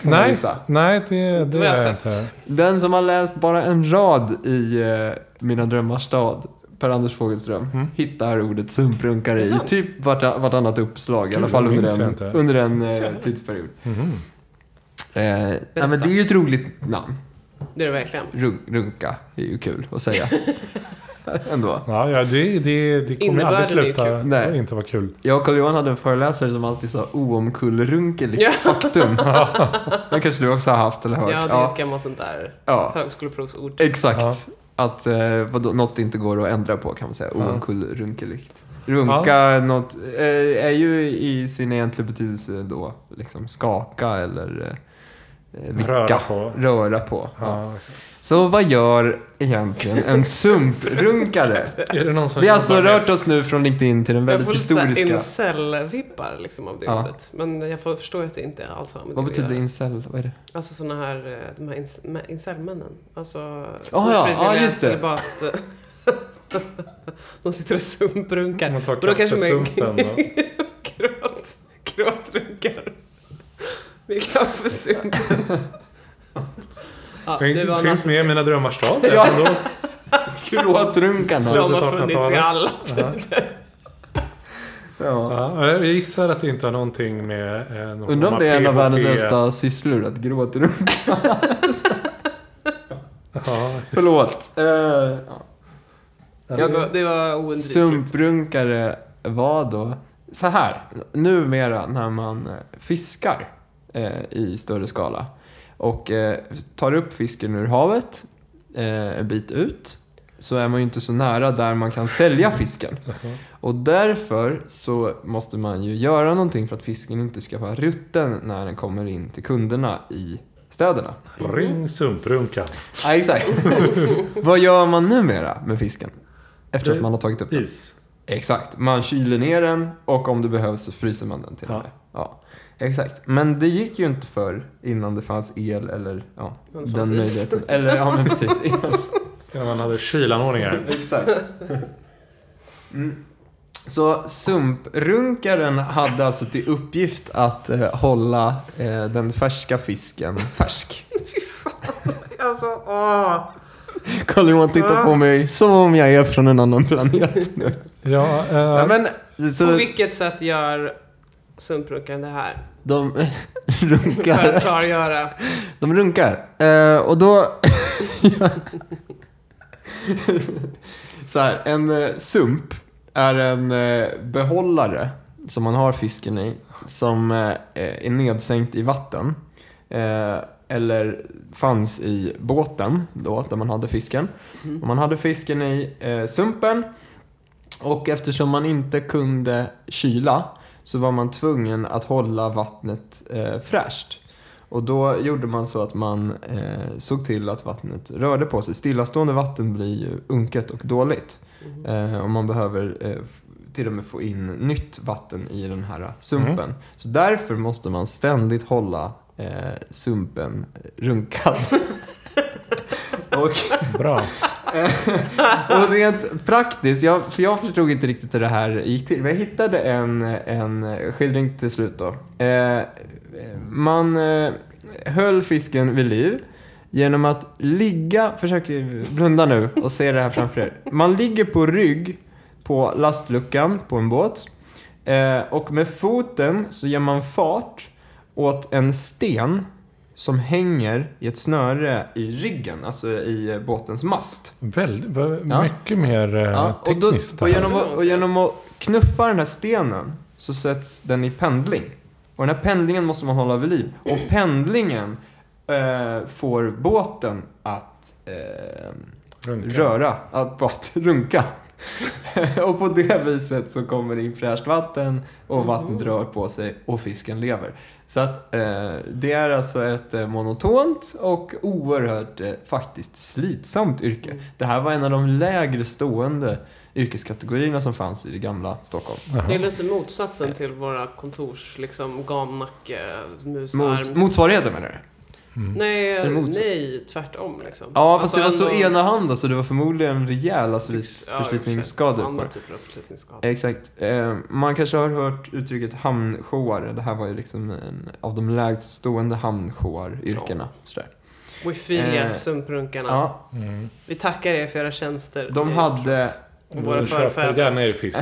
Speaker 2: Får man
Speaker 1: Nej,
Speaker 2: gissa.
Speaker 1: nej det,
Speaker 3: Det
Speaker 1: det
Speaker 3: har
Speaker 1: har
Speaker 3: jag
Speaker 1: jag
Speaker 3: sett.
Speaker 1: inte.
Speaker 2: Den som har läst bara en rad i eh, Mina drömmars stad, Per-Anders Fogelström,
Speaker 1: Mhm.
Speaker 2: hittar ordet sumprunkare
Speaker 3: Är det
Speaker 2: i
Speaker 3: sant?
Speaker 2: typ vart, vartannat uppslag. I alla
Speaker 1: Gud,
Speaker 2: fall
Speaker 1: det
Speaker 2: under
Speaker 1: minns jag
Speaker 2: en,
Speaker 1: inte.
Speaker 2: under en
Speaker 3: Tror
Speaker 2: eh,
Speaker 3: jag.
Speaker 2: tidsperiod.
Speaker 1: Mhm.
Speaker 2: Eh, nej, men det är ju ett roligt namn.
Speaker 3: Det är det verkligen.
Speaker 2: Run- runka är ju kul att säga. Ändå.
Speaker 1: Ja, ja det, det, det kommer
Speaker 3: Innebörden
Speaker 1: aldrig
Speaker 3: är ju
Speaker 1: sluta
Speaker 2: kul. Nej.
Speaker 1: inte vara kul.
Speaker 2: Jag och Carl johan hade en föreläsare som alltid sa oomkullrunkeligt
Speaker 3: Ja.
Speaker 2: faktum. det kanske du också har haft eller hört?
Speaker 3: Ja, det är ett
Speaker 2: ja,
Speaker 3: gammalt sånt där
Speaker 2: ja,
Speaker 3: högskoleprovsord.
Speaker 2: exakt.
Speaker 1: Ja.
Speaker 2: Att eh, vadå, något inte går att ändra på kan man säga. Oomkullrunkeligt. Runka något, eh, är ju i sin egentliga betydelse då liksom skaka eller eh, vicka.
Speaker 1: Röra på.
Speaker 2: Röra på. Ja.
Speaker 1: Ja.
Speaker 2: Så vad gör egentligen en sumprunkare?
Speaker 1: Är det någon som
Speaker 2: Vi har alltså
Speaker 1: jobbar med-
Speaker 2: rört oss nu från LinkedIn till den
Speaker 3: Jag
Speaker 2: väldigt
Speaker 3: får lite såhär
Speaker 2: historiska.
Speaker 3: incel-vibbar liksom av det
Speaker 2: Ja.
Speaker 3: ordet. Men jag får förstå att det inte alls har med
Speaker 2: Vad
Speaker 3: det att
Speaker 2: betyder
Speaker 3: göra.
Speaker 2: incel? Vad är det?
Speaker 3: Alltså såna här, eh, de här inc- mä- incelmännen. Alltså
Speaker 2: Ah, ja. Ja,
Speaker 3: ofrivilliga
Speaker 2: just det.
Speaker 3: celibat. de sitter och sumprunkar.
Speaker 2: Mm.
Speaker 1: Man tar
Speaker 3: Men då kanske med
Speaker 1: kaffesumpen då.
Speaker 3: kråt, kråtrunkar. Med kaffesumpen. ja, det var
Speaker 1: Den
Speaker 3: en
Speaker 1: finns med i
Speaker 3: association.
Speaker 1: mina drömmars stad.
Speaker 2: Ja.
Speaker 1: Ändå.
Speaker 2: Gråtrunkarna.
Speaker 3: De har
Speaker 1: på
Speaker 3: funnits i
Speaker 1: 1800-talet.
Speaker 3: alla
Speaker 1: Ja.
Speaker 3: tider.
Speaker 2: Ja.
Speaker 1: Ja, jag gissar att det inte har någonting med eh, någon
Speaker 2: Undrar om
Speaker 1: form
Speaker 2: det är en av
Speaker 1: PHP.
Speaker 2: världens äldsta sysslor att gråtrunka.
Speaker 1: Ja,
Speaker 2: Förlåt. Eh, ja.
Speaker 3: Det var, det var oundvikligt.
Speaker 2: Sumprunkare var då så här. Numera när man eh, fiskar eh, i större skala och eh, tar upp fisken ur havet eh, en bit ut så är man ju inte så nära där man kan sälja fisken. Och därför så måste man ju göra någonting för att fisken inte ska vara rutten när den kommer in till kunderna i städerna.
Speaker 1: Ring sumprunkan.
Speaker 2: Ja, exakt. Vad gör man numera med fisken? Efter att man har tagit upp den?
Speaker 1: Is.
Speaker 2: Exakt. Man kyler ner den och om det behövs så fryser man den till och
Speaker 1: Ja.
Speaker 2: med. Ja. Exakt. Men det gick ju inte förr innan det fanns el eller ja,
Speaker 3: Men det
Speaker 2: den
Speaker 3: fanns is.
Speaker 2: möjligheten. Eller ja, men precis.
Speaker 1: Ja, man hade kylanordningar.
Speaker 2: Exakt. Mm. Så sumprunkaren hade alltså till uppgift att eh, hålla eh, den färska fisken färsk.
Speaker 3: Alltså, åh.
Speaker 2: Carl Johan tittar på mig som om jag är från en annan planet nu.
Speaker 1: Ja, eh,
Speaker 2: Nej, men,
Speaker 3: På
Speaker 2: så
Speaker 3: vilket sätt gör sumprunkaren det här?
Speaker 2: de
Speaker 3: För
Speaker 2: runkar.
Speaker 3: att klargöra.
Speaker 2: De runkar. Eh, och då... så här, en eh, sump är en eh, behållare som man har fisken i som eh, är nedsänkt i vatten. Eh, eller fanns i båten då, där man hade fisken. Och man hade fisken i eh, sumpen och eftersom man inte kunde kyla så var man tvungen att hålla vattnet eh, fräscht. Och då gjorde man så att man eh, såg till att vattnet rörde på sig. Stillastående vatten blir ju unket och dåligt. Eh, och man behöver eh, f- till och med få in nytt vatten i den här sumpen. Så därför måste man ständigt hålla eh, sumpen eh, runkad. och
Speaker 1: bra.
Speaker 2: och rent praktiskt, jag, för jag förstod inte riktigt hur det här gick till. Men jag hittade en, en skildring till slut då. Eh, man eh, höll fisken vid liv genom att ligga, försök blunda nu och se det här framför er. Man ligger på rygg på lastluckan på en båt. Eh, och med foten så ger man fart åt en sten som hänger i ett snöre i ryggen, alltså i eh, båtens mast.
Speaker 1: Väldigt,
Speaker 2: Ja.
Speaker 1: Mycket mer eh,
Speaker 2: Ja, och, då,
Speaker 1: tekniskt.
Speaker 2: och,
Speaker 1: det här.
Speaker 2: genom att, och genom att knuffa den här stenen så sätts den i pendling. Och den här pendlingen måste man hålla vid liv. Och pendlingen eh, får båten att eh,
Speaker 1: Runka.
Speaker 2: röra, att, att runka. och på det viset så kommer det in fräscht vatten och vattnet rör på sig och fisken lever. Så att eh, det är alltså ett eh, monotont och oerhört eh, faktiskt slitsamt yrke.
Speaker 3: Mm.
Speaker 2: Det här var en av de lägre stående yrkeskategorierna som fanns i det gamla Stockholm.
Speaker 3: Det är
Speaker 1: Jaha.
Speaker 3: lite motsatsen till våra kontors, liksom gamnacke, musarms.
Speaker 2: Mot, motsvarigheten menar du?
Speaker 3: nej,
Speaker 1: mm,
Speaker 2: Eller mots-
Speaker 3: nej, tvärtom liksom.
Speaker 2: Ja, fast
Speaker 3: Alltså,
Speaker 2: det var så
Speaker 3: ändå-
Speaker 2: enahanda så det var förmodligen rejäla slit-
Speaker 3: Ja, i och för sig.
Speaker 2: förslitningsskador på
Speaker 3: Andra
Speaker 2: det.
Speaker 3: typer av förslitningsskador.
Speaker 2: Exakt. Eh, man kanske har hört uttrycket hamnshoar. Det här var ju liksom en av de lägst stående hamnshoaryrkena. Ja.
Speaker 3: Wifilia,
Speaker 2: Eh,
Speaker 3: sumprunkarna.
Speaker 2: Ja,
Speaker 1: Mm.
Speaker 3: Vi tackar er för era tjänster.
Speaker 2: de
Speaker 3: Ni
Speaker 2: hade...
Speaker 3: Och våra
Speaker 1: Köper
Speaker 3: förfäder.
Speaker 1: gärna er fisk.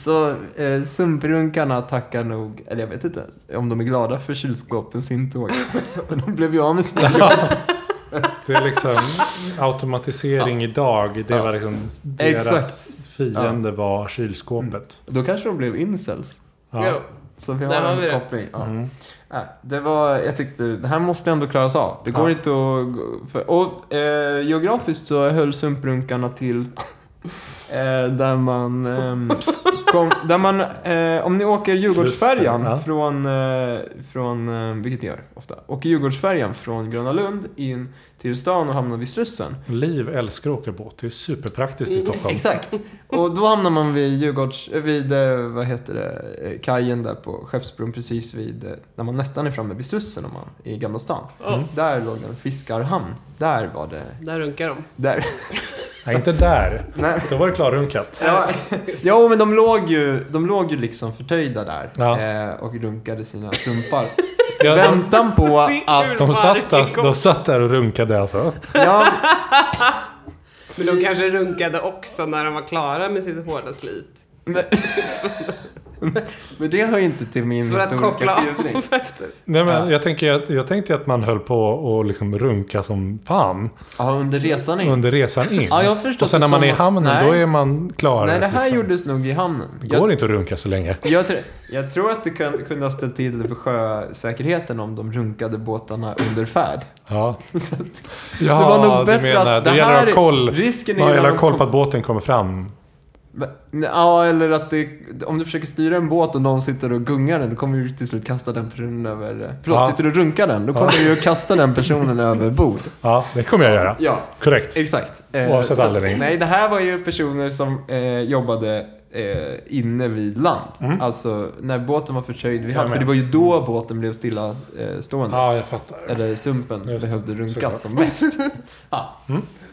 Speaker 2: Så eh, sumprunkarna tackar nog, eller jag vet inte om de är glada för kylskåpens intåg. Men de blev ju av med sina
Speaker 1: Det är liksom automatisering idag. Det
Speaker 2: Ja.
Speaker 1: var liksom deras
Speaker 2: Exakt.
Speaker 1: fiende var kylskåpet.
Speaker 2: Då kanske de blev incels.
Speaker 1: Ja.
Speaker 3: Jo.
Speaker 2: Så vi
Speaker 3: Där
Speaker 2: har
Speaker 3: har vi det.
Speaker 2: en koppling. Mm. Ja.
Speaker 1: Mm.
Speaker 2: Nej, det var, jag tyckte, det här måste ändå klaras av. Det går
Speaker 1: Ja.
Speaker 2: inte att... gå- För, och eh, geografiskt så höll sumprunkarna till eh, där man... ehm, kom, där man eh, om ni åker Djurgårdsfärjan
Speaker 1: Just det, ja.
Speaker 2: från, eh, från eh, vilket ni gör ofta, åker Djurgårdsfärjan från Gröna Lund in till stan och hamnar vid Slussen.
Speaker 1: Liv älskar att åka båt. Det är superpraktiskt i
Speaker 3: Mm.
Speaker 1: Stockholm.
Speaker 2: Mm. Exakt.
Speaker 1: Mm.
Speaker 2: Och då hamnar man vid Djurgårds... eh, Vid, eh, vad heter det, eh, kajen där på Skeppsbron precis vid... eh, När man nästan är framme vid Slussen om man, i Gamla stan.
Speaker 3: Ja,
Speaker 1: Mm.
Speaker 2: Där låg en fiskarhamn. Där var det...
Speaker 3: Där runkar de.
Speaker 2: Där.
Speaker 1: Nej, inte där.
Speaker 2: Nej.
Speaker 1: Då var det klarrunkat.
Speaker 2: Ja, jo, men de låg ju, de låg ju liksom förtöjda där
Speaker 1: Ja.
Speaker 2: eh, och runkade sina sumpar.
Speaker 1: Ja, de,
Speaker 2: Väntan på
Speaker 3: Det är
Speaker 2: att...
Speaker 3: kul.
Speaker 1: de, satt, alltså- de satt där och runkade alltså.
Speaker 2: Ja,
Speaker 3: Men de kanske runkade också när de var klara med sitt hårda slit.
Speaker 2: men, men det hör ju inte till min
Speaker 3: För att koppla
Speaker 2: historiska
Speaker 3: av
Speaker 2: skildring.
Speaker 3: efter.
Speaker 1: Nej, men
Speaker 2: Ja.
Speaker 1: jag, tänker, jag, jag tänkte att man höll på och liksom runka som fan
Speaker 2: Ja, under resan in.
Speaker 1: under resan in.
Speaker 2: Ja, jag har förstått
Speaker 1: Mm. och sen
Speaker 2: det
Speaker 1: när man
Speaker 2: som
Speaker 1: är i
Speaker 2: att-
Speaker 1: hamnen,
Speaker 2: nej.
Speaker 1: då är man klar.
Speaker 2: Nej, det här
Speaker 1: liksom.
Speaker 2: gjordes nog i hamnen.
Speaker 1: Det
Speaker 2: Jag-
Speaker 1: går inte att runka så länge.
Speaker 2: Jag, tr- jag tror att det kun- kunde ha ställt till det för sjösäkerheten om de runkade båtarna under färd.
Speaker 1: Ja,
Speaker 2: Så att,
Speaker 1: ja
Speaker 2: var nog
Speaker 1: du
Speaker 2: bättre
Speaker 1: menar,
Speaker 2: att
Speaker 1: det,
Speaker 2: det
Speaker 1: gäller att
Speaker 2: här-
Speaker 1: ha koll.
Speaker 2: risken
Speaker 1: Ja,
Speaker 2: är
Speaker 1: eller
Speaker 2: ju...
Speaker 1: ha koll på att båten kommer fram.
Speaker 2: Va- Nej, Ja, eller att det, om du försöker styra en båt och någon sitter och gungar den, då kommer du till slut kasta den personen över... eh, Förlåt,
Speaker 1: Ja.
Speaker 2: sitter du och runkar den, då kommer
Speaker 1: Ja.
Speaker 2: du ju kasta den personen över bord.
Speaker 1: Ja, det kommer jag göra.
Speaker 2: Ja,
Speaker 1: Korrekt.
Speaker 2: exakt. Eh,
Speaker 1: Oavsett
Speaker 2: så att-
Speaker 1: anledning.
Speaker 2: Nej, det här var ju personer som eh, jobbade eh, inne vid land. Alltså, när båten var förtöjd vid
Speaker 1: Mm. Jag
Speaker 2: havs.
Speaker 1: med. Mm.
Speaker 2: För det var ju då båten blev stilla eh, stående.
Speaker 1: Ja, jag fattar.
Speaker 2: Eller sumpen
Speaker 1: Just det,
Speaker 2: behövde
Speaker 1: såklart. Mm.
Speaker 2: runkas som mest. ja.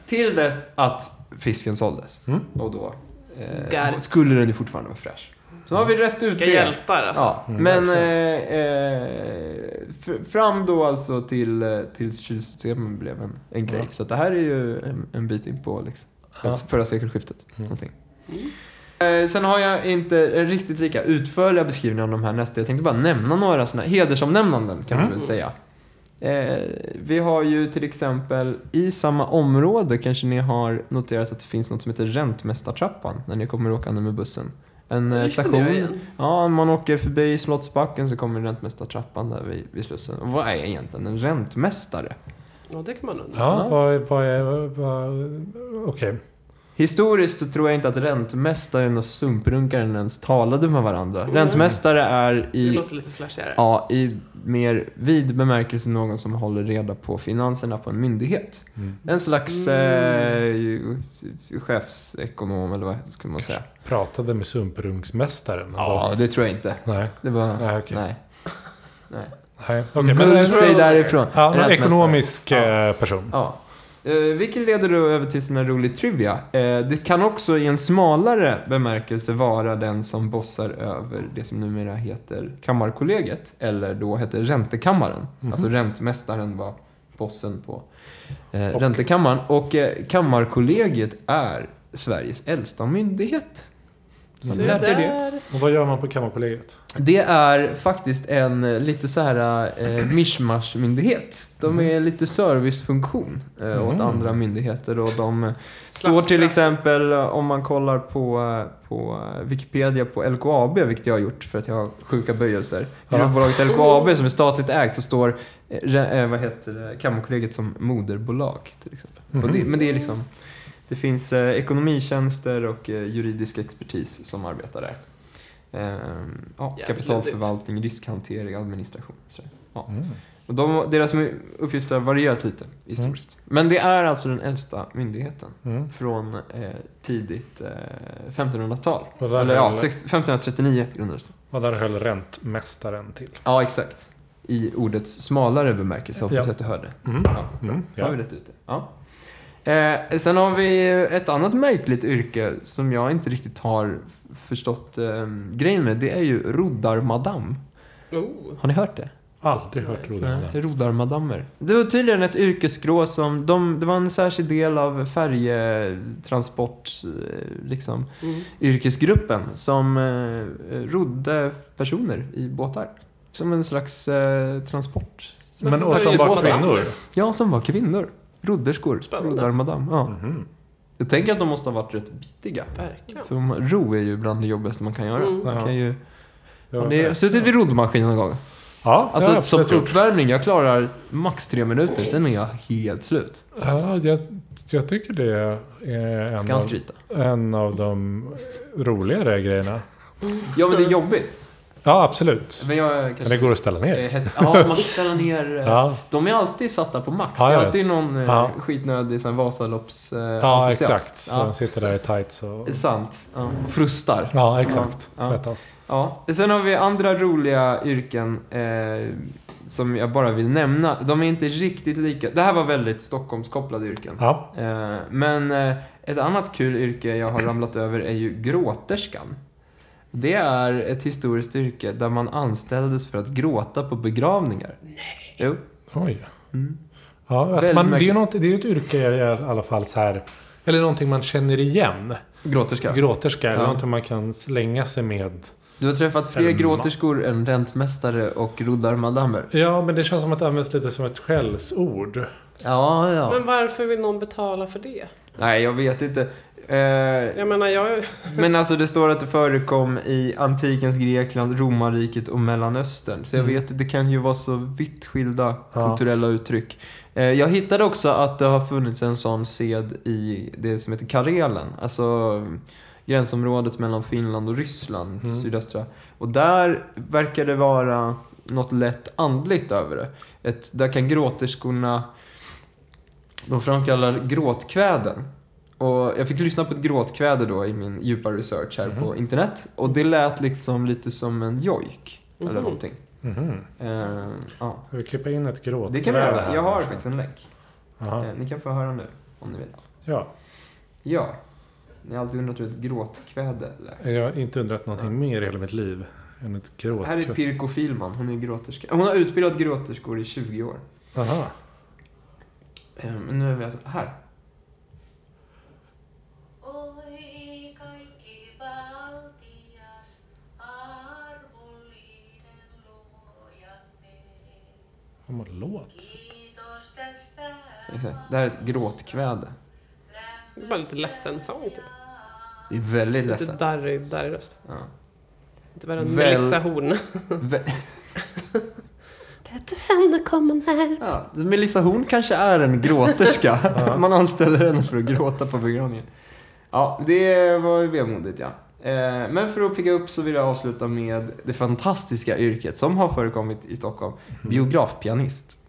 Speaker 2: Till dess att fisken såldes. Och då eh,
Speaker 3: Got it.
Speaker 2: skulle den ju fortfarande vara fräsch. Så har vi rätt ut
Speaker 3: Vilka
Speaker 2: det.
Speaker 3: hjältar alltså.
Speaker 2: Ja,
Speaker 1: Mm,
Speaker 2: men eh, eh, fr- fram då alltså till, eh, till kylsystemen blev en, en grej.
Speaker 1: Ja.
Speaker 2: Så att det här är ju en, en bit in på liksom,
Speaker 1: Ja.
Speaker 2: förra sekelskiftet. Någonting.
Speaker 3: Mm.
Speaker 2: Eh, sen har jag inte en riktigt lika utförliga beskrivningar av de här nästa. Jag tänkte bara nämna några sådana hedersomnämnanden kan man
Speaker 1: Mm.
Speaker 2: väl säga. Eh, vi har ju till exempel i samma område kanske ni har noterat att det finns något som heter Räntmästartrappan när ni kommer åkande med bussen. En eh,
Speaker 3: Nu känner jag
Speaker 2: station.
Speaker 3: igen.
Speaker 2: Ja, man åker förbi Slottsbacken så kommer Räntmästartrappan där vid, vid Slussen. Och vad är egentligen en räntmästare?
Speaker 3: Ja, det kan man undra.
Speaker 1: Ja,
Speaker 2: Ja.
Speaker 1: vad, vad är... vad- Okej.
Speaker 2: Historiskt så tror jag inte att räntmästaren och sumprunkaren ens talade med varandra.
Speaker 3: Mm.
Speaker 2: Räntmästare är
Speaker 3: Det
Speaker 2: i
Speaker 3: låter lite flashigare.
Speaker 2: Ja, i mer vid bemärkelse någon som håller reda på finanserna på en myndighet.
Speaker 1: Mm.
Speaker 2: En slags eh, chefsekonom eller vad skulle man säga?
Speaker 1: Pratade med sumprungsmästaren.
Speaker 2: Ja, det tror jag inte.
Speaker 1: Nej,
Speaker 2: Det var...
Speaker 1: nej okej.
Speaker 2: Nej. Nej.
Speaker 1: Nej. okej,
Speaker 2: Okay,
Speaker 1: men-
Speaker 2: sig därifrån.
Speaker 1: Ja, en
Speaker 2: Rättmästare.
Speaker 1: ekonomisk
Speaker 2: Ja.
Speaker 1: eh, person.
Speaker 2: Ja. Eh, vilket leder då över till sån här rolig trivia. Eh, det kan också i en smalare bemärkelse vara den som bossar över det som numera heter Kammarkollegiet, eller då heter Räntekammaren.
Speaker 3: Mhm.
Speaker 2: Alltså räntemästaren var bossen på eh,
Speaker 1: Och-
Speaker 2: Räntekammaren. Och eh, Kammarkollegiet är Sveriges äldsta myndighet. Man
Speaker 3: Se
Speaker 2: lärde det.
Speaker 3: där.
Speaker 1: Och vad gör man på Kammarkollegiet?
Speaker 2: Det är faktiskt en eh, lite så här eh, mishmash-myndighet. De är lite servicefunktion eh, åt
Speaker 1: Mhm. Mm.
Speaker 2: andra myndigheter och de eh, står till exempel eh, om man kollar på, eh, på eh, Wikipedia på LKAB, vilket jag har gjort för att jag har sjuka böjelser.
Speaker 1: Ja.
Speaker 2: Gruvbolaget LKAB som är statligt ägt så står eh, re- eh, vad heter det, Kammarkollegiet som moderbolag till exempel.
Speaker 1: Mhm.
Speaker 2: Och det, men det är liksom det finns eh, ekonomitjänster och eh, juridisk expertis som arbetar där. Ehm, ja,
Speaker 3: Jävligt
Speaker 2: kapitalförvaltning, riskhantering, administration. och sådär. Ja.
Speaker 1: Mm.
Speaker 2: Och de, deras mu- uppgifter har varierat lite historiskt. Men det är alltså den äldsta myndigheten
Speaker 1: Mm.
Speaker 2: från eh, tidigt eh, 1500-tal.
Speaker 1: Och där
Speaker 2: Eller ja,
Speaker 1: höll-
Speaker 2: 16- 1539 grundades det.
Speaker 1: Och där höll räntmästaren till.
Speaker 2: Ja, exakt. I ordets smalare bemärkelse, hoppas
Speaker 1: Ja.
Speaker 2: jag att du hörde.
Speaker 1: Mm.
Speaker 2: Ja.
Speaker 1: Mm.
Speaker 2: Har
Speaker 1: Ja.
Speaker 2: vi rätt ut det? Ja. Eh, sen har vi ett annat märkligt yrke som jag inte riktigt har ehm, f- förstått eh, grejen med. Det är ju roddarmadam.
Speaker 3: Oh,
Speaker 2: Har ni hört det?
Speaker 1: Aldrig hört rodarmadammer.
Speaker 2: Rodarmadammer. Det var tydligen ett yrkesskrå som, de, det var en särskild del av färjetransport, eh, liksom,
Speaker 3: Mm.
Speaker 2: yrkesgruppen som eh, rodde personer i båtar. Som en slags eh, transport.
Speaker 1: Men och
Speaker 3: Varför
Speaker 1: som
Speaker 3: är det
Speaker 1: var
Speaker 3: så bra?
Speaker 1: kvinnor.
Speaker 2: Ja, som var kvinnor. Rodderskor.
Speaker 3: Spännande.
Speaker 2: Rodarmadam. Ja.
Speaker 1: Mhm.
Speaker 2: Jag tänker att de måste ha varit rätt bitiga.
Speaker 3: Verkligen.
Speaker 2: För man- ro är ju bland det jobbigaste man kan göra.
Speaker 3: Mm.
Speaker 2: Man kan ju,
Speaker 1: Ja,
Speaker 2: har ni suttit vid roddmaskin någon gång?
Speaker 1: Ja,
Speaker 2: Alltså
Speaker 1: ja,
Speaker 2: som
Speaker 1: absolut.
Speaker 2: uppvärmning, jag klarar max tre minuter, sen är jag helt slut.
Speaker 1: Ja, jag, jag tycker det är en
Speaker 2: Ska han
Speaker 1: av,
Speaker 2: skryta?
Speaker 1: en av de roligare grejerna.
Speaker 2: Ja men det är jobbigt.
Speaker 1: Ja, absolut.
Speaker 2: Men jag
Speaker 1: Men det
Speaker 2: kanske...
Speaker 1: går att ställa ner.
Speaker 2: är het- Ja, man ställer ner... eh,
Speaker 1: Ja,
Speaker 2: De är alltid satta på max.
Speaker 1: Ja,
Speaker 2: det
Speaker 1: jag
Speaker 2: är
Speaker 1: vet.
Speaker 2: alltid någon eh,
Speaker 1: Ja.
Speaker 2: skitnödig sån här Vasalopps eh,
Speaker 1: ja
Speaker 2: entusiast.
Speaker 1: exakt. Så
Speaker 2: Ja,
Speaker 1: de sitter där i tights och...
Speaker 2: det är sant. Ja. och Frustar.
Speaker 1: Ja, exakt.
Speaker 2: Ja.
Speaker 1: Svettas.
Speaker 2: Ja. Sen har vi andra roliga yrken eh, som jag bara vill nämna. De är inte riktigt lika. Det här var väldigt Stockholmskopplade yrken.
Speaker 1: Ja,
Speaker 2: Eh, men eh, ett annat kul yrke jag har ramlat över är ju gråterskan. Det är ett historiskt yrke där man anställdes för att gråta på begravningar. Nej. Jo.
Speaker 1: oj.
Speaker 2: Mm.
Speaker 1: Ja, alltså
Speaker 2: Väldigt
Speaker 1: man, det är ju
Speaker 2: märkligt.
Speaker 1: något, det är ju ett yrke jag gör i alla fall så här. Eller någonting man känner igen.
Speaker 2: Gråterska.
Speaker 1: Gråterska. Eller
Speaker 2: Ja.
Speaker 1: någonting man kan slänga sig med.
Speaker 2: Du har träffat fler
Speaker 1: Eller ma-
Speaker 2: gråterskor än rentmästare och roddarmadammer.
Speaker 1: Ja, men det känns som att det används lite som ett skällsord.
Speaker 2: Ja, ja.
Speaker 3: Men varför vill någon betala för det?
Speaker 2: Nej, jag vet inte. Eh,
Speaker 3: Jag menar, jag...
Speaker 2: men alltså det står att det förekom i antikens Grekland, romarriket och Mellanöstern. Så jag
Speaker 1: Mm.
Speaker 2: vet inte, det kan ju vara så vitt skilda
Speaker 1: Ja.
Speaker 2: kulturella uttryck. Eh, jag hittade också att det har funnits en sån sed i det som heter Karelen. Alltså gränsområdet mellan Finland och Ryssland,
Speaker 1: Mm.
Speaker 2: sydöstra. Och där verkar det vara något lätt andligt över det. Ett, där kan gråterskorna, de framkallar gråtkväden. Och jag fick lyssna på ett gråtkväde då i min djupa research här
Speaker 3: Mhm.
Speaker 2: på internet. Och det lät liksom lite som en jojk. Eller
Speaker 3: Mhm.
Speaker 2: någonting.
Speaker 1: Mhm.
Speaker 2: Eh, ja.
Speaker 1: Ska vi klippa in ett gråt?
Speaker 2: Det kan vi göra. Jag har faktiskt en länk.
Speaker 1: Aha.
Speaker 2: Eh, ni kan få höra nu om ni vill.
Speaker 1: Ja,
Speaker 2: Ja. Ni har alltid undrat hur ett gråtkväde lät.
Speaker 1: jag har inte undrat någonting mer i hela mitt liv än ett gråt.
Speaker 2: Här är Pirko Filman, hon är gråterska. Hon har utbildat gråterskor i 20 år.
Speaker 1: Aha.
Speaker 2: Eh, Men nu är vi alltså, här.
Speaker 4: Oi kaikki valtias, armollinen luojamme.
Speaker 1: Vad man låt.
Speaker 4: Kiitos tästä
Speaker 2: Det här är ett gråtkväde.
Speaker 3: Det är bara lite ledsen sång, typ.
Speaker 2: Det är väldigt
Speaker 3: Lite
Speaker 2: ledset.
Speaker 3: darrig, darrig röst.
Speaker 2: Ja.
Speaker 3: Inte värre än
Speaker 2: Väl-
Speaker 3: Melissa Horn.
Speaker 2: Vä-
Speaker 3: Lät du henne komma när?
Speaker 2: Ja, Melissa Horn kanske är en gråterska. Man anställer henne för att gråta på begravningen. Ja, det var ju vemodigt ja. Eh, Men för att pigga upp så vill jag avsluta med det fantastiska yrket som har förekommit i Stockholm. Biografpianist.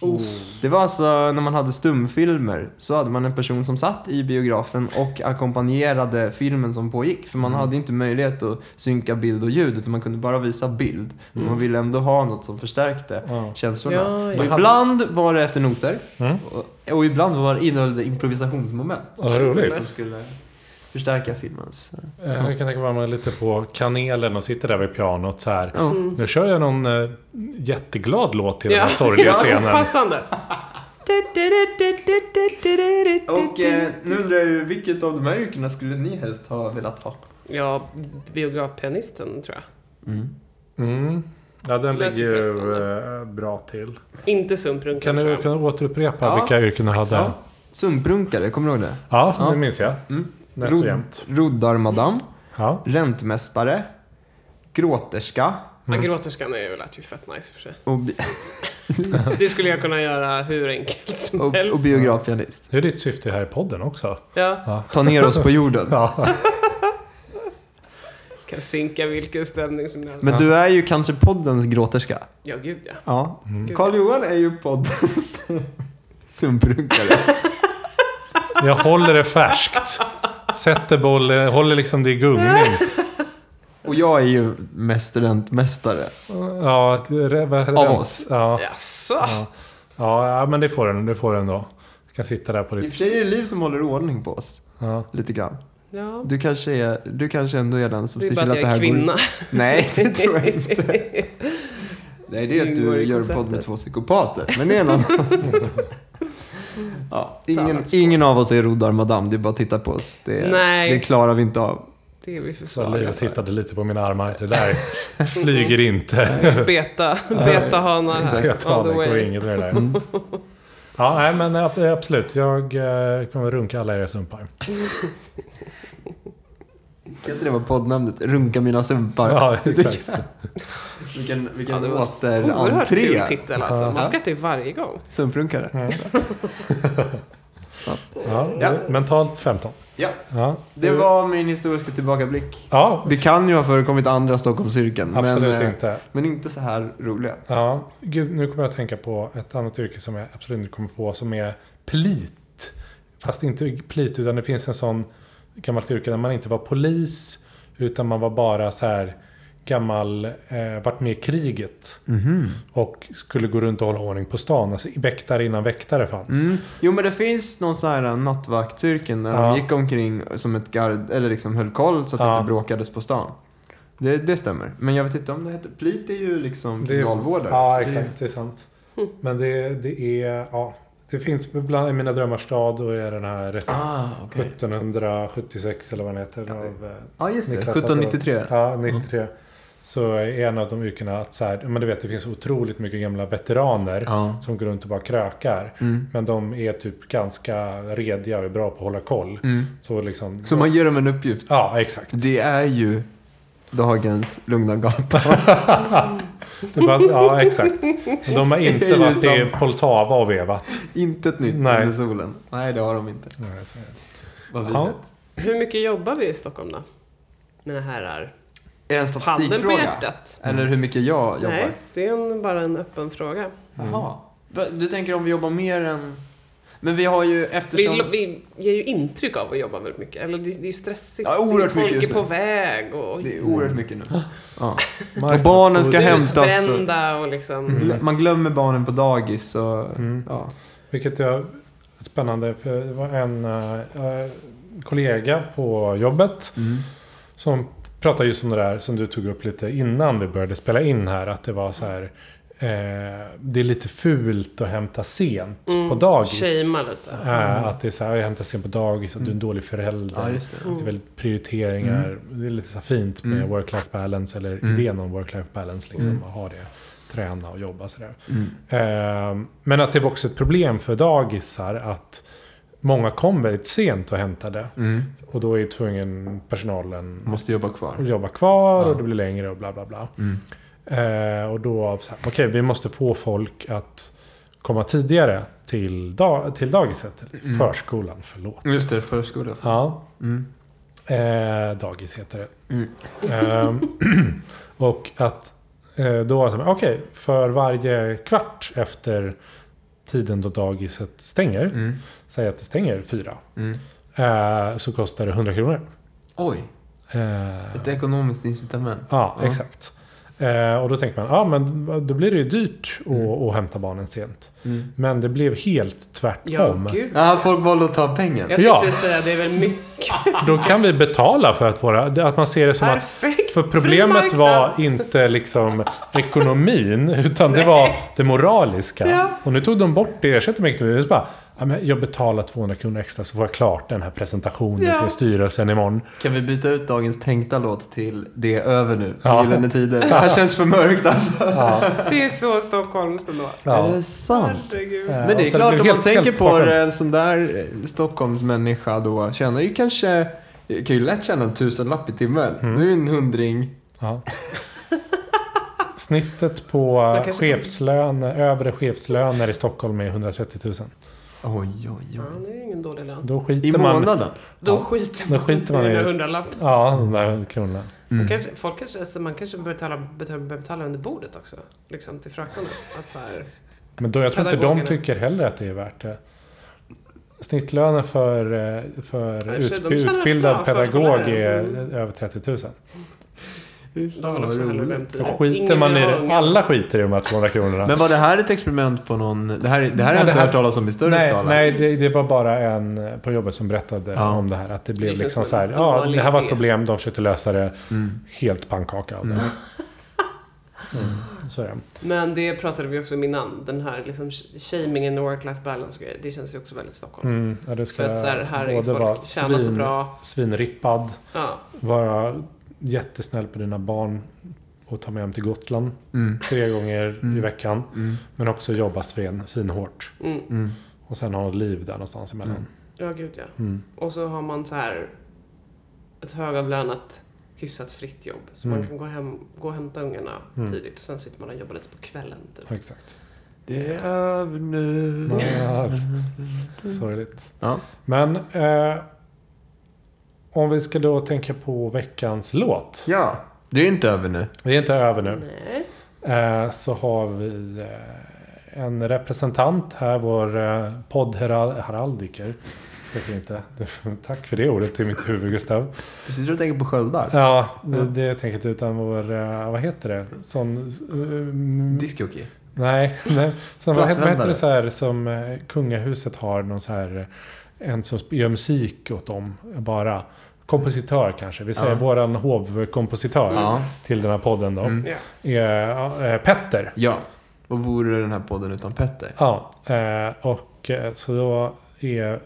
Speaker 3: Oh.
Speaker 2: Det var alltså när man hade stumfilmer så hade man en person som satt i biografen och ackompanjerade filmen som pågick. För man hade ju inte möjlighet att synka bild och ljud utan man kunde bara visa bild. Men man ville ändå ha något som förstärkte
Speaker 1: Ja.
Speaker 2: känslorna.
Speaker 3: Ja, ja.
Speaker 2: Och ibland var det efter noter
Speaker 1: Mm.
Speaker 2: och, och ibland var det innehöll det improvisationsmoment.
Speaker 1: Ja, vad roligt.
Speaker 2: Som skulle förstärka filmens...
Speaker 1: Eh, Jag kan tänka mig att man är lite på kanelen och sitter där vid pianot så här.
Speaker 2: Ja.
Speaker 3: Mm.
Speaker 1: Nu kör jag någon eh, jätteglad låt till den
Speaker 3: Ja,
Speaker 1: här sorgliga scenen.
Speaker 3: passande.
Speaker 2: Och eh, nu undrar jag ju, vilket av de här yrkena skulle ni helst ha velat ha?
Speaker 3: Ja, biografpianisten tror jag.
Speaker 1: Mm. Ja, den
Speaker 3: Lät
Speaker 1: ligger
Speaker 3: ju
Speaker 1: ju
Speaker 3: frestande.
Speaker 1: eh, bra till.
Speaker 3: Inte sumprunken
Speaker 1: Kan
Speaker 3: tror
Speaker 1: du,
Speaker 3: jag.
Speaker 1: kan du återupprepa
Speaker 2: Ja.
Speaker 1: vilka yrken du hade?
Speaker 2: Ja.
Speaker 1: Ja,
Speaker 2: Sumprunkare, kommer du ihåg det? Ja.
Speaker 1: det minns jag.
Speaker 2: Mm.
Speaker 1: Nätt och jämnt.
Speaker 2: roddarmadam,
Speaker 1: Ja.
Speaker 2: räntmästare, gråterska
Speaker 3: Ja, gråterskan är ju, lät ju fett nice i och för sig.
Speaker 2: och, bi-
Speaker 3: Det skulle jag kunna göra hur enkelt som
Speaker 2: och, och
Speaker 3: helst.
Speaker 2: biografpianist.
Speaker 1: Det är ditt syfte här i podden också.
Speaker 3: Ja,
Speaker 2: Ta ner oss på jorden.
Speaker 1: Ja.
Speaker 3: kan sinka vilken ställning som helst.
Speaker 2: Men du är ju kanske poddens gråterska.
Speaker 3: Ja, gud ja.
Speaker 2: Ja.
Speaker 1: Mm.
Speaker 3: Gud, ja.
Speaker 2: Karl-Johan är ju poddens sumprunkare.
Speaker 1: Jag håller det färskt. Sätter bollen, håller liksom det i gungning.
Speaker 2: Och jag är ju mest studentmästare.
Speaker 1: Ja, det- vad-
Speaker 2: Av oss.
Speaker 1: Ja,
Speaker 3: Jaså?
Speaker 1: ja, ja men det får den. Det får den då. Du kan sitta där på
Speaker 2: I och
Speaker 1: ditt...
Speaker 2: för sig är det Liv som håller ordning på oss.
Speaker 1: Typ. Ja.
Speaker 2: Lite grann.
Speaker 3: Ja.
Speaker 2: Du kanske, är, du kanske ändå är den som
Speaker 3: Det
Speaker 2: ser
Speaker 3: är bara
Speaker 2: till att
Speaker 3: att
Speaker 2: det här
Speaker 3: jag är kvinna.
Speaker 2: går... Nej, det tror jag inte. Nej, det är att
Speaker 3: ingår
Speaker 2: du
Speaker 3: i
Speaker 2: gör en
Speaker 3: konceptet.
Speaker 2: podd med två psykopater. Men det är en annan. ja, ingen,
Speaker 3: annat spår.
Speaker 2: ingen av oss är Rodar Madame, det är bara att titta på oss. Det,
Speaker 3: Nej.
Speaker 2: det klarar vi inte av.
Speaker 3: Det är vi för
Speaker 1: Så
Speaker 3: svaga
Speaker 1: livet
Speaker 3: för.
Speaker 1: tittade lite på mina armar. Det där flyger inte.
Speaker 3: Beta, betahanar här.
Speaker 1: Jag
Speaker 3: All
Speaker 1: tar
Speaker 3: the
Speaker 1: det går
Speaker 3: way.
Speaker 1: inget med det
Speaker 2: Mm.
Speaker 1: där. Ja, nej, men ab- absolut. Jag eh, kommer runka alla era sumpar.
Speaker 2: Kan inte det vara poddnamnet? Runka mina sumpar.
Speaker 1: Ja, exakt.
Speaker 2: vilken
Speaker 3: Ja,
Speaker 2: vilken
Speaker 3: det var en oerhört
Speaker 2: återentré.
Speaker 3: kul titel alltså. Man
Speaker 2: Ja.
Speaker 3: skrattar ju varje gång.
Speaker 2: Sumprunkare.
Speaker 1: Ja,
Speaker 2: Ja.
Speaker 1: Mentalt 15.
Speaker 2: Ja,
Speaker 1: Ja,
Speaker 2: det var min historiska tillbakablick.
Speaker 1: ja
Speaker 2: Det kan ju ha förekommit andra Stockholmsyrken.
Speaker 1: absolut
Speaker 2: men, eh,
Speaker 1: inte.
Speaker 2: Men inte så här roliga.
Speaker 1: Ja, gud, nu kommer jag att tänka på ett annat yrke som jag absolut inte kommer på som är plit. Fast inte plit, utan det finns en sån gammalt yrke där man inte var polis, utan man var bara så här gammal, eh, varit med i kriget
Speaker 2: Mhm.
Speaker 1: och skulle gå runt och hålla ordning på stan. Alltså väktare innan väktare fanns.
Speaker 2: Mm. Jo men det finns någon sån här nattvaktcirkel där
Speaker 1: Ja.
Speaker 2: de gick omkring som ett gard, eller liksom höll koll så att
Speaker 1: Ja.
Speaker 2: det inte bråkades på stan. Det, det stämmer. Men jag vet inte om det heter, Plit är ju liksom
Speaker 1: Det-
Speaker 2: kriminalvårdare.
Speaker 1: Ja,
Speaker 2: så
Speaker 1: exakt. Det är sant. Men det, det är, ja. Det finns bland i mina drömmars stad och är den här
Speaker 2: Det, ah, okej.
Speaker 1: 1776 eller vad den heter. Av, eh,
Speaker 2: Ja, just det.
Speaker 1: Niklas
Speaker 2: 1793.
Speaker 1: Ja, 93. Så är en av de yrkena att så här, men du vet det finns otroligt mycket gamla veteraner
Speaker 2: Ja.
Speaker 1: som går runt och bara krökar.
Speaker 2: Mm.
Speaker 1: Men de är typ ganska rediga och är bra på att hålla koll.
Speaker 2: Mm.
Speaker 1: Så liksom...
Speaker 2: Så man ger dem en uppgift.
Speaker 1: Ja, exakt.
Speaker 2: Det är ju dagens Lugna Gatan.
Speaker 1: Det är bara, ja, exakt. De har
Speaker 2: Det är
Speaker 1: inte
Speaker 2: ju
Speaker 1: varit i
Speaker 2: som-
Speaker 1: Poltava och vevat.
Speaker 2: inte ett nytt
Speaker 1: Nej.
Speaker 2: under solen. Nej, det har de inte.
Speaker 1: Nej, så är det.
Speaker 2: Vad vi
Speaker 1: Ja.
Speaker 2: vet.
Speaker 3: Hur mycket jobbar vi i Stockholm då? Mina herrar.
Speaker 2: Är det en
Speaker 3: Handen på
Speaker 2: statistikfråga?
Speaker 3: hjärtat.
Speaker 2: Eller hur mycket jag jobbar? Mm.
Speaker 3: Nej, det är en, bara en öppen fråga.
Speaker 2: Jaha. Va, Du tänker om vi jobbar mer än... Men vi har ju
Speaker 3: Vi,
Speaker 2: eftersom...
Speaker 3: vi ger ju intryck av att jobba väldigt mycket. Eller det, det är ju stressigt.
Speaker 2: Ja, oerhört
Speaker 3: Det är-
Speaker 2: mycket
Speaker 3: Folk
Speaker 2: just
Speaker 3: är
Speaker 2: nu.
Speaker 3: på väg och
Speaker 2: Det är oerhört mycket nu. Ja. Och
Speaker 1: Marknadsföring.
Speaker 2: barnen ska hämtas. och-
Speaker 3: utbrända och liksom...
Speaker 2: Gl- Man glömmer barnen på dagis och...
Speaker 1: Mm.
Speaker 2: Ja.
Speaker 1: Vilket är spännande. För det var en eh, kollega på jobbet
Speaker 2: Mm.
Speaker 1: som pratade just om det där som du tog upp lite innan vi började spela in här. Att det var så här. Eh, det är lite fult att hämta sent
Speaker 3: Mm.
Speaker 1: på dagis.
Speaker 3: Shamea lite.
Speaker 1: Eh, att det är så här, jag hämtar sent på dagis, att du är en dålig förälder.
Speaker 2: Mm. ja, just det.
Speaker 1: Det är väl prioriteringar. Det är lite så här fint med
Speaker 2: Mm.
Speaker 1: work-life balance eller
Speaker 2: Mm.
Speaker 1: idén om work-life balance. Liksom,
Speaker 2: Mm.
Speaker 1: Att ha det. Träna och jobba sådär.
Speaker 2: Mm.
Speaker 1: Ehm, Men att det var också ett problem för dagisar att många kom väldigt sent och hämtade.
Speaker 2: Mm.
Speaker 1: Och då är tvungen personalen
Speaker 2: Måste jobba
Speaker 1: att
Speaker 2: kvar.
Speaker 1: jobba kvar
Speaker 2: Ja.
Speaker 1: och det blir längre och bla bla bla.
Speaker 2: Mm.
Speaker 1: Ehm, Och då, så här, okej vi måste få folk att komma tidigare till, dag, till dagiset. Eller
Speaker 2: Mm.
Speaker 1: förskolan, förlåt.
Speaker 2: Just det, förskola.
Speaker 1: Ja.
Speaker 2: Mm.
Speaker 1: Eh, dagis heter det.
Speaker 2: Mm.
Speaker 1: Ehm, och att eh, då, var det så här, okej, för varje kvart efter tiden då dagiset stänger,
Speaker 2: Mm.
Speaker 1: säg att det stänger fyra,
Speaker 2: Mm.
Speaker 1: eh, så kostar det 100 kronor.
Speaker 2: Oj,
Speaker 1: Eh,
Speaker 2: ett ekonomiskt incitament.
Speaker 1: ja,
Speaker 2: Ja.
Speaker 1: exakt. Eh, och då tänker man, ja men då blir det ju dyrt att,
Speaker 3: Mm.
Speaker 1: att hämta barnen sent.
Speaker 2: Mm.
Speaker 1: Men det blev helt
Speaker 3: Ja,
Speaker 1: tvärtom.
Speaker 3: gud.
Speaker 2: Ja, folk valde att ta pengen.
Speaker 3: Jag tänkte
Speaker 1: Ja.
Speaker 3: säga det är väl mycket
Speaker 1: då kan vi betala för att, våra, att man ser det som att
Speaker 3: perfekt.
Speaker 1: För
Speaker 3: Fri
Speaker 1: problemet
Speaker 3: marknad.
Speaker 1: var inte liksom ekonomin, utan det var det moraliska.
Speaker 3: Ja.
Speaker 1: Och nu tog de bort det, ersatte med ekonomin. Så bara, ja, men jag betalar 200 kronor extra så får jag klart den här presentationen
Speaker 3: Ja.
Speaker 1: till styrelsen imorgon.
Speaker 2: Kan vi byta ut dagens tänkta låt till Det är över nu,
Speaker 1: Ja.
Speaker 2: Gyllene Tider? Det här känns för mörkt alltså.
Speaker 1: Ja,
Speaker 3: Det är så stockholmskt ändå.
Speaker 1: ja.
Speaker 2: Är det sant?
Speaker 3: Herregud.
Speaker 1: Eh,
Speaker 2: Men
Speaker 1: och
Speaker 2: det är
Speaker 1: så
Speaker 2: klart,
Speaker 1: blev
Speaker 2: om man
Speaker 1: helt-
Speaker 2: tänker
Speaker 1: helt
Speaker 2: på
Speaker 1: bortskämt.
Speaker 2: det, en sån där eh, Stockholmsmänniska då tjänar ju kanske, eh, kan ju lätt tjäna en tusenlapp i timmen.
Speaker 1: Mm.
Speaker 2: Nu är en hundring.
Speaker 1: Ja. Snittet på
Speaker 3: Man kanske-
Speaker 1: chefslön, övre chefslöner i Stockholm är 130 000.
Speaker 2: Oj, oj,
Speaker 3: Ja,
Speaker 2: oj.
Speaker 3: det är ju ingen dålig lön.
Speaker 1: Då
Speaker 2: I
Speaker 1: skiter man...
Speaker 2: månaden?
Speaker 3: Då
Speaker 1: Ja,
Speaker 3: skiter
Speaker 1: då
Speaker 3: man
Speaker 1: skiter man
Speaker 3: i
Speaker 1: i- Mm.
Speaker 3: den där hundralappen.
Speaker 1: Ja, de där kronorna.
Speaker 3: Man Kanske, folk kanske, alltså, man kanske börjar betala, betala, börjar betala under bordet också. Liksom till frackarna. Att så här,
Speaker 1: Men då, jag tror inte de
Speaker 3: Pedagogerna.
Speaker 1: tycker heller att det är värt det. Snittlönen för, eh, för
Speaker 3: Ja, i och för sig,
Speaker 1: utb-
Speaker 3: de tjänar
Speaker 1: utbildad
Speaker 3: bra,
Speaker 1: pedagog
Speaker 3: förskollärare.
Speaker 1: är
Speaker 3: Mm.
Speaker 1: över 30 000.
Speaker 3: de vill också hellre vem
Speaker 1: Då skiter man i det. Alla skiter i de här 200 kronorna.
Speaker 2: Men var det här ett experiment på någon, det här, det här har
Speaker 1: Nej,
Speaker 2: jag
Speaker 1: det
Speaker 2: inte
Speaker 1: här-
Speaker 2: hört talas om i större
Speaker 1: Nej,
Speaker 2: skala.
Speaker 1: nej det, det var bara en på jobbet som berättade
Speaker 2: Ja.
Speaker 1: om det här. Att det blev
Speaker 3: Det känns
Speaker 1: liksom så
Speaker 3: som
Speaker 1: här.
Speaker 3: en
Speaker 1: Ja,
Speaker 3: dålig
Speaker 1: det här var ett
Speaker 3: idé."
Speaker 1: problem. De försökte lösa det.
Speaker 2: Mm.
Speaker 1: Helt pannkaka av det. Så är det.
Speaker 3: Men det pratade vi också om innan. Den här liksom shamingen och work-life balance och grejer, Det känns ju också väldigt Stockholms.
Speaker 1: Mm, ja, det
Speaker 3: För att så här, här är
Speaker 1: både vara
Speaker 3: folk, tjänar så
Speaker 1: svin-
Speaker 3: bra.
Speaker 1: svinrippad,
Speaker 3: Ja.
Speaker 1: vara jättesnäll på dina barn och ta med dem till Gotland
Speaker 2: Mm.
Speaker 1: tre gånger i
Speaker 2: Mm.
Speaker 1: veckan.
Speaker 2: Mm.
Speaker 1: Men också jobba svin, svinhårt.
Speaker 3: Mm.
Speaker 2: Mm.
Speaker 1: Och sen ha ett liv där någonstans emellan.
Speaker 3: ja, gud ja.
Speaker 1: Mm.
Speaker 3: Och så har man så här ett högavlönat, hyfsat fritt jobb. Så
Speaker 1: Mm.
Speaker 3: man kan gå, hem, gå och hämta ungarna
Speaker 1: Mm.
Speaker 3: tidigt och sen sitter man och jobbar lite på kvällen. Typ.
Speaker 1: Ja, exakt.
Speaker 2: Det är över nu.
Speaker 1: Ja, sorgligt.
Speaker 2: Ja.
Speaker 1: Men eh, om vi ska då tänka på veckans låt.
Speaker 2: ja, det är inte över nu.
Speaker 1: Det är inte över nu.
Speaker 3: Nej.
Speaker 1: Eh, så har vi eh, en representant här, vår eh, poddheraldiker. Heter det inte. Tack för det ordet till mitt huvud, Gustav.
Speaker 2: Du sitter och tänker på sköldar.
Speaker 1: Ja, det, det tänker jag inte, utan vår, eh, vad heter det? Sån... eh,
Speaker 2: Discjockey.
Speaker 1: nej, nej. Som, vad heter vad heter
Speaker 2: Plattvändare.
Speaker 1: det så här som eh, kungahuset har någon så här, eh, en som sp- gör musik åt dem bara. Kompositör kanske, vi säger
Speaker 2: Ja.
Speaker 1: våran hovkompositör
Speaker 2: Ja.
Speaker 1: till den här podden då.
Speaker 2: Mm.
Speaker 3: Ja.
Speaker 1: Är, eh, Petter.
Speaker 2: ja. Vad vore den här podden utan Petter?
Speaker 1: Ja, eh, och eh, så då är...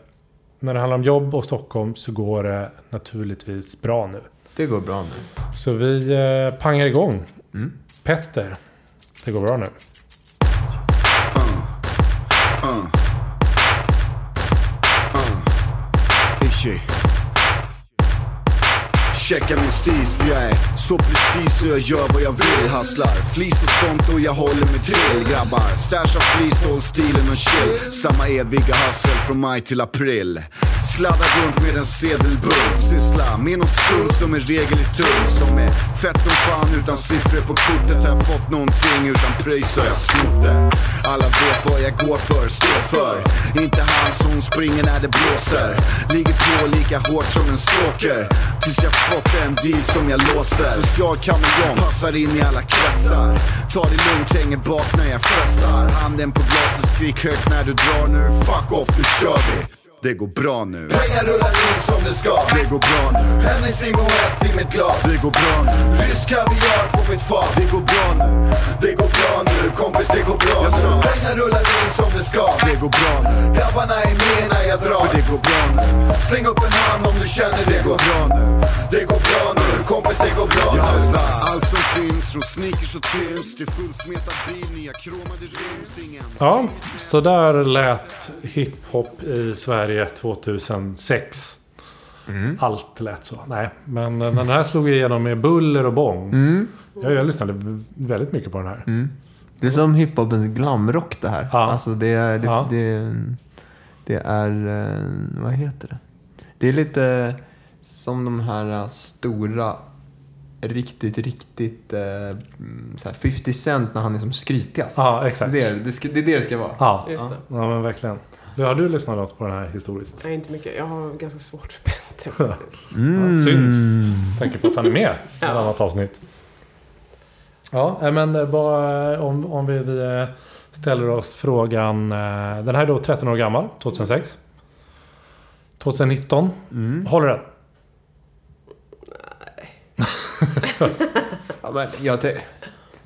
Speaker 1: När det handlar om jobb och Stockholm så går det naturligtvis bra nu.
Speaker 2: Det går bra nu.
Speaker 1: Så vi eh, pangar igång.
Speaker 2: Mm.
Speaker 1: Petter, det går bra nu.
Speaker 5: Ishi. Checka min stis för jag är så precis och jag gör vad jag vill Hustlar flis och sånt och jag håller mig till Grabbar, stash av flis, håll stilen och chill Samma eviga hassel från maj till april Sladda runt med en sedelbunt Syssla med någon skuld som är regeligt tung Som är fett som fan utan siffror på kortet Har jag fått någonting utan pröjs har jag snott det Alla vet vad jag går för, står för Inte han som springer när det blåser Ligger på lika hårt som en stalker Tills jag fått en deal som jag låser Social kameleon, passar in i alla kretsar Ta det lugnt, hänger bak när jag festar Handen på glaset, skrik högt när du drar nu Fuck off, nu kör vi det går bra nu Pengar rullar in som det ska Det går bra nu Hennessy Moët i mitt glas Det går bra nu Rysk kaviar på mitt fat Det går bra nu Det går bra nu kompis det går bra Jag sa Pengar rullar in som det ska Det går bra nu Grabbarna är med när jag drar För det går bra nu Släng upp en hand om du känner det går bra nu Det går bra nu kompis det går bra Jag hustlar allt som finns Från sneakers och Tims till fullsmetad bil Nya kromade rims Ingen
Speaker 1: Ja, så där lät hiphop i Sverige 2006. Allt lät så. Nej, men den här slog igenom med buller och bång. Jag, jag lyssnade v- väldigt mycket på den här.
Speaker 2: Det är som hiphopens glamrock det här.
Speaker 1: Ja.
Speaker 2: Alltså det är, det,
Speaker 1: Ja.
Speaker 2: det, det är, eh, vad heter det? Det är lite som de här eh, stora, riktigt, riktigt, eh, mm, så här 50 Cent när han är som skrytigast.
Speaker 1: Ja, exakt.
Speaker 2: Det, är, det, ska, det är det det ska vara.
Speaker 1: Ja,
Speaker 3: Just det.
Speaker 1: ja men verkligen. Du, har du lyssnat något på den här historiskt?
Speaker 3: Nej, inte mycket. Jag har ganska svårt för Petter faktiskt.
Speaker 1: Ja, synd. Tänker på att han är med i ett annat avsnitt. Ja, eh, men eh, vad, eh, om, om vi, vi eh, ställer oss frågan. eh, Den här är då 13 år gammal, 2006. 2019. Håller den?
Speaker 2: Ja, men, jag te-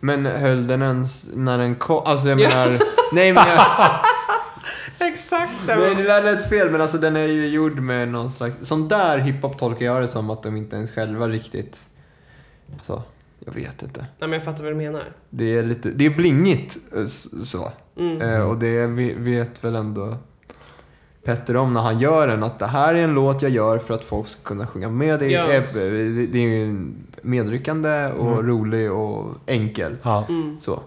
Speaker 2: men höll den ens när den kom? Alltså jag
Speaker 3: Ja.
Speaker 2: menar, nej men jag,
Speaker 3: Exakt! Det
Speaker 2: Nej, det
Speaker 3: var...
Speaker 2: där lät fel, men alltså den är ju gjord med någon slags... Sån där hiphop tolkar jag det som att de inte ens själva riktigt... Alltså, jag vet inte.
Speaker 3: Nej, men jag fattar vad du menar. det
Speaker 2: Det är lite... Det är blingigt eh, s- så.
Speaker 3: Mm.
Speaker 2: Eh, och det vi- vet väl ändå Petter om när han gör den, att det här är en låt jag gör för att folk ska kunna sjunga med. Det är,
Speaker 3: Ja. Mm.
Speaker 2: eh, det- det är ju medryckande och rolig och enkel.
Speaker 1: Ja.
Speaker 2: Så.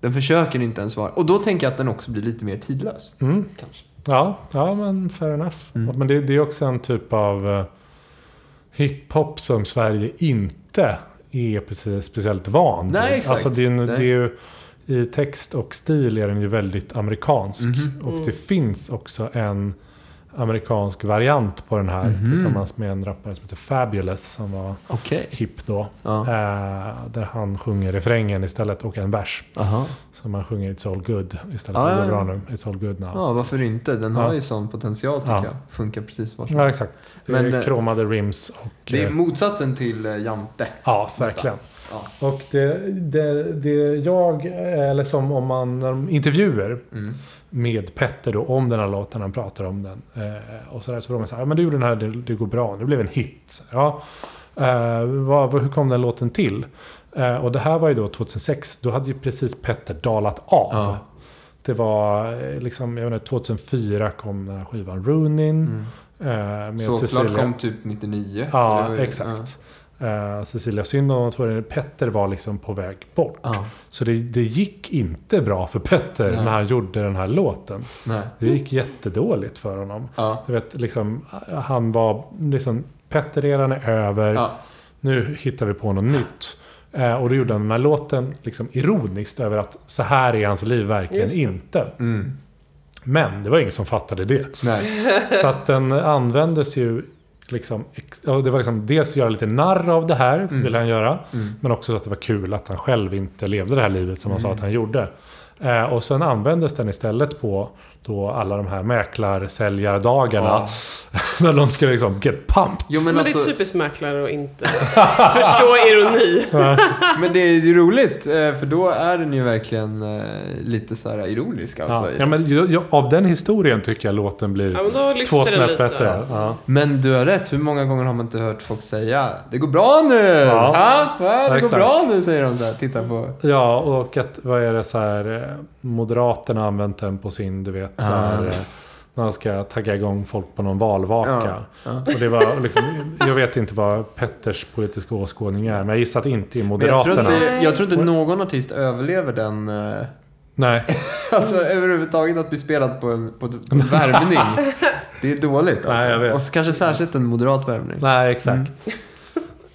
Speaker 2: Den försöker inte ens vara... Och då tänker jag att den också blir lite mer tidlös.
Speaker 1: Mm.
Speaker 2: Kanske. Mm.
Speaker 1: Ja, ja, men fair enough. Men det, det är också en typ av eh, hiphop som Sverige inte är precis, speciellt van vid.
Speaker 2: Nej, exakt.
Speaker 1: Alltså det är, en-
Speaker 2: Nej.
Speaker 1: det är ju, I text och stil är den ju väldigt amerikansk.
Speaker 2: Mhm.
Speaker 1: Och det finns också en amerikansk variant på den här
Speaker 2: Mhm.
Speaker 1: tillsammans med en rappare som heter Fabulous som var
Speaker 2: Okej.
Speaker 1: hip då.
Speaker 2: Ja.
Speaker 1: Eh, där han sjunger refrängen istället och en vers.
Speaker 2: Aha.
Speaker 1: Som han sjunger It's all good istället.
Speaker 2: Ja,
Speaker 1: för det går
Speaker 2: ja,
Speaker 1: bra
Speaker 2: Ah, ja.
Speaker 1: nu. It's all good now.
Speaker 2: Ja, varför inte? Den
Speaker 1: Ja.
Speaker 2: har ju sån potential tycker
Speaker 1: Ja.
Speaker 2: jag. Funkar precis var som
Speaker 1: Ja,
Speaker 2: helst.
Speaker 1: exakt. Det
Speaker 2: Men,
Speaker 1: är
Speaker 2: eh,
Speaker 1: kromade rims och...
Speaker 2: Det är
Speaker 1: eh,
Speaker 2: motsatsen till eh, Jante.
Speaker 1: ja, verkligen. Och det, det, det jag, eller som om man, när de intervjuer
Speaker 2: Mm.
Speaker 1: med Petter då, om den här låten, han pratar om den. Eh, och sådär, så frågar man så här, "Ja, men du gjorde den här, det, det går bra, det blev en hit. Ja, eh, vad, vad, hur kom den låten till? Eh, och det här var ju då 2006, då hade ju precis Petter dalat av.
Speaker 2: Ja.
Speaker 1: Det var eh, liksom, jag vet inte, 2004 kom den här skivan Runin.
Speaker 2: Mm.
Speaker 1: Eh, med
Speaker 6: Såklart
Speaker 1: Cecilia.
Speaker 6: kom typ 99. så det
Speaker 1: Ja,
Speaker 6: var ju-
Speaker 1: exakt. Eh, Cecilia Synd och Tore Petter var liksom på väg bort.
Speaker 2: Ja,
Speaker 1: Så det, det gick inte bra för Petter
Speaker 6: Nej. Mm.
Speaker 1: när han gjorde den här låten.
Speaker 6: Nej.
Speaker 1: Det gick jättedåligt för honom.
Speaker 6: Ja.
Speaker 1: Du vet, liksom, han var liksom, Petter-eran är över.
Speaker 6: Ja.
Speaker 1: Nu hittar vi på något nytt. Eh, och då gjorde han den här låten liksom ironiskt över att så här är hans liv verkligen
Speaker 3: Just det.
Speaker 1: inte.
Speaker 6: Mm.
Speaker 1: Men det var ingen som fattade det.
Speaker 6: Nej.
Speaker 1: Så att den användes ju liksom, ex- ja, det var liksom dels att göra lite narr av det här, ville han göra.
Speaker 6: Mm.
Speaker 1: Men också att det var kul att han själv inte levde det här livet som han sa att han gjorde. Eh, och sen användes den istället på då alla de här mäklarsäljardagarna.
Speaker 6: Ja.
Speaker 1: när de ska liksom get pumped.
Speaker 2: Jo, men,
Speaker 3: Men, det är
Speaker 2: alltså,
Speaker 3: typiskt mäklare att inte förstå ironi.
Speaker 2: men det är ju roligt, eh, för då är den ju verkligen eh, lite så här ironisk. Alltså.
Speaker 1: ja. Ja, men, ju- ju- av den historien tycker jag låten blir
Speaker 3: Ja, men då
Speaker 1: två
Speaker 3: lyfter den
Speaker 1: snäpp
Speaker 3: lite.
Speaker 1: bättre. Ja.
Speaker 2: Men du har rätt, hur många gånger har man inte hört folk säga Det går bra nu!
Speaker 1: Ja.
Speaker 2: Ha? Va? Det går
Speaker 1: Exakt.
Speaker 2: bra nu, säger de så här. Titta på...
Speaker 1: Ja, och att vad är det så här eh, Moderaterna har använt den på sin, du vet, så här,
Speaker 2: Ah.
Speaker 1: eh, när de ska tagga igång folk på någon valvaka.
Speaker 2: Ja, ja.
Speaker 1: Och det var liksom, jag vet inte vad Petters politiska åskådning är, men jag gissar att det inte är
Speaker 2: Men jag, tror
Speaker 1: Moderaterna.
Speaker 2: inte, jag tror inte någon artist överlever den... eh,
Speaker 1: Nej,
Speaker 2: Alltså överhuvudtaget att bli spelad på en, på en, på en värvning. Det är dåligt alltså.
Speaker 1: Nej, jag vet.
Speaker 2: Och så kanske särskilt en moderat värvning.
Speaker 1: nej exakt.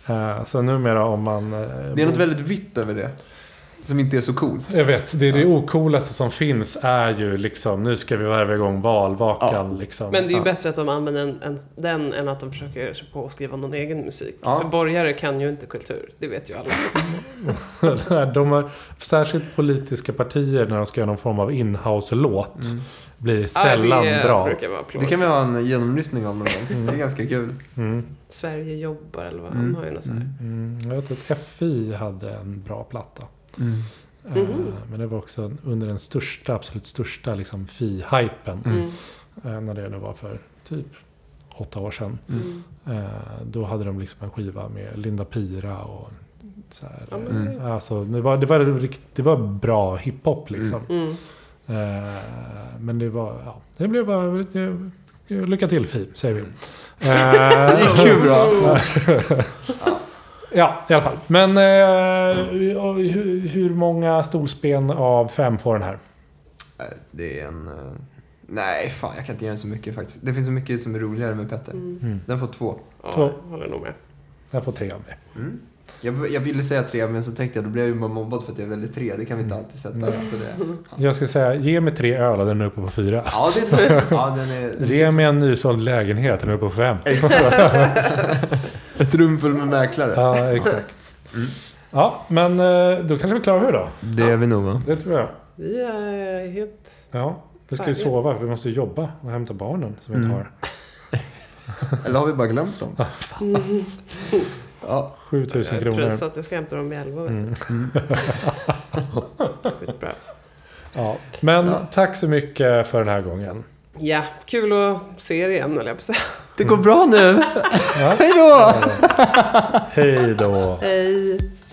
Speaker 1: Eh, så numera om man... eh,
Speaker 2: Mm. Det är något väldigt vitt över det. Som inte är så coolt.
Speaker 1: Jag vet, det, är det ocoolaste som finns är ju liksom, nu ska vi värva igång valvakan. Liksom.
Speaker 3: Men det är ju
Speaker 2: Ja.
Speaker 3: bättre att de använder en, en, den än att de försöker sig på att skriva någon egen musik.
Speaker 2: Ja.
Speaker 3: För borgare kan ju inte kultur, det vet ju alla.
Speaker 1: de har, särskilt politiska partier när de ska göra någon form av inhouse-låt blir sällan
Speaker 3: Mm. Ja, det
Speaker 1: bra.
Speaker 3: eh, brukar vara
Speaker 2: Det kan vi
Speaker 3: plågsamt.
Speaker 2: ha en genomlyssning av någon gång. Det är ganska kul.
Speaker 1: Mm.
Speaker 3: Sverige jobbar eller vad,
Speaker 2: Mm.
Speaker 3: han har ju något så här.
Speaker 1: Mm. Jag vet att FI hade en bra platta.
Speaker 2: Mm.
Speaker 1: Eh,
Speaker 3: Mhm.
Speaker 1: Men det var också en- under den största, absolut största liksom, FI-hypen.
Speaker 3: Mm.
Speaker 1: Eh, När det nu var för typ åtta år sedan.
Speaker 3: Mm.
Speaker 1: Eh, Då hade de liksom en skiva med Linda Pira och så här.
Speaker 3: Ja, men-
Speaker 2: Mm.
Speaker 1: Alltså, det, var, det, var, rikt- det var bra hiphop liksom.
Speaker 3: Mm.
Speaker 1: Eh, Men det var, ja, det blev bara, det, lycka till Fi, säger vi.
Speaker 2: Det
Speaker 1: Eh,
Speaker 2: gick ju bra.
Speaker 1: ja, i alla fall. Men eh, och hur, hur många stolsben av fem får den här?
Speaker 2: Eh, Det är en... eh, Nej, fan jag kan inte ge den så mycket faktiskt. Det finns så mycket som är roligare med Petter.
Speaker 3: Mm.
Speaker 2: Den får två.
Speaker 3: Ja,
Speaker 1: Två.
Speaker 3: jag håller nog med.
Speaker 1: Jag får tre av mig.
Speaker 2: Mm. Jag, jag ville säga tre, men så tänkte jag då blev jag ju bara mobbad för att jag väljer tre. Det kan vi inte alltid sätta. Så det,
Speaker 1: Jag ska säga, ge mig tre öl och den är uppe på fyra.
Speaker 2: ja, det är sant. Ja, den är, den är
Speaker 1: Ge mig en nysåld lägenhet, den är uppe på fem.
Speaker 2: Ett rum fullt med mäklare.
Speaker 1: Ja, exakt. Ja, men eh, då kanske vi klarar hur då.
Speaker 2: Det är vi nog va?
Speaker 1: Det tror jag.
Speaker 3: Vi är helt...
Speaker 1: Ja, vi ska ju
Speaker 3: Färdigt.
Speaker 1: sova för vi måste ju jobba och hämta barnen som vi inte har.
Speaker 2: Eller har vi bara glömt dem? ja.
Speaker 1: 7000
Speaker 3: Jag är
Speaker 1: kronor.
Speaker 3: pressad, jag ska hämta dem vid elva. vet du. Skitbra.
Speaker 1: Ja. Men tack så mycket för den här gången.
Speaker 3: Ja, kul att se er igen höll jag på att säga.
Speaker 2: Det går bra nu! Hej då!
Speaker 1: Hej då!
Speaker 3: Hej!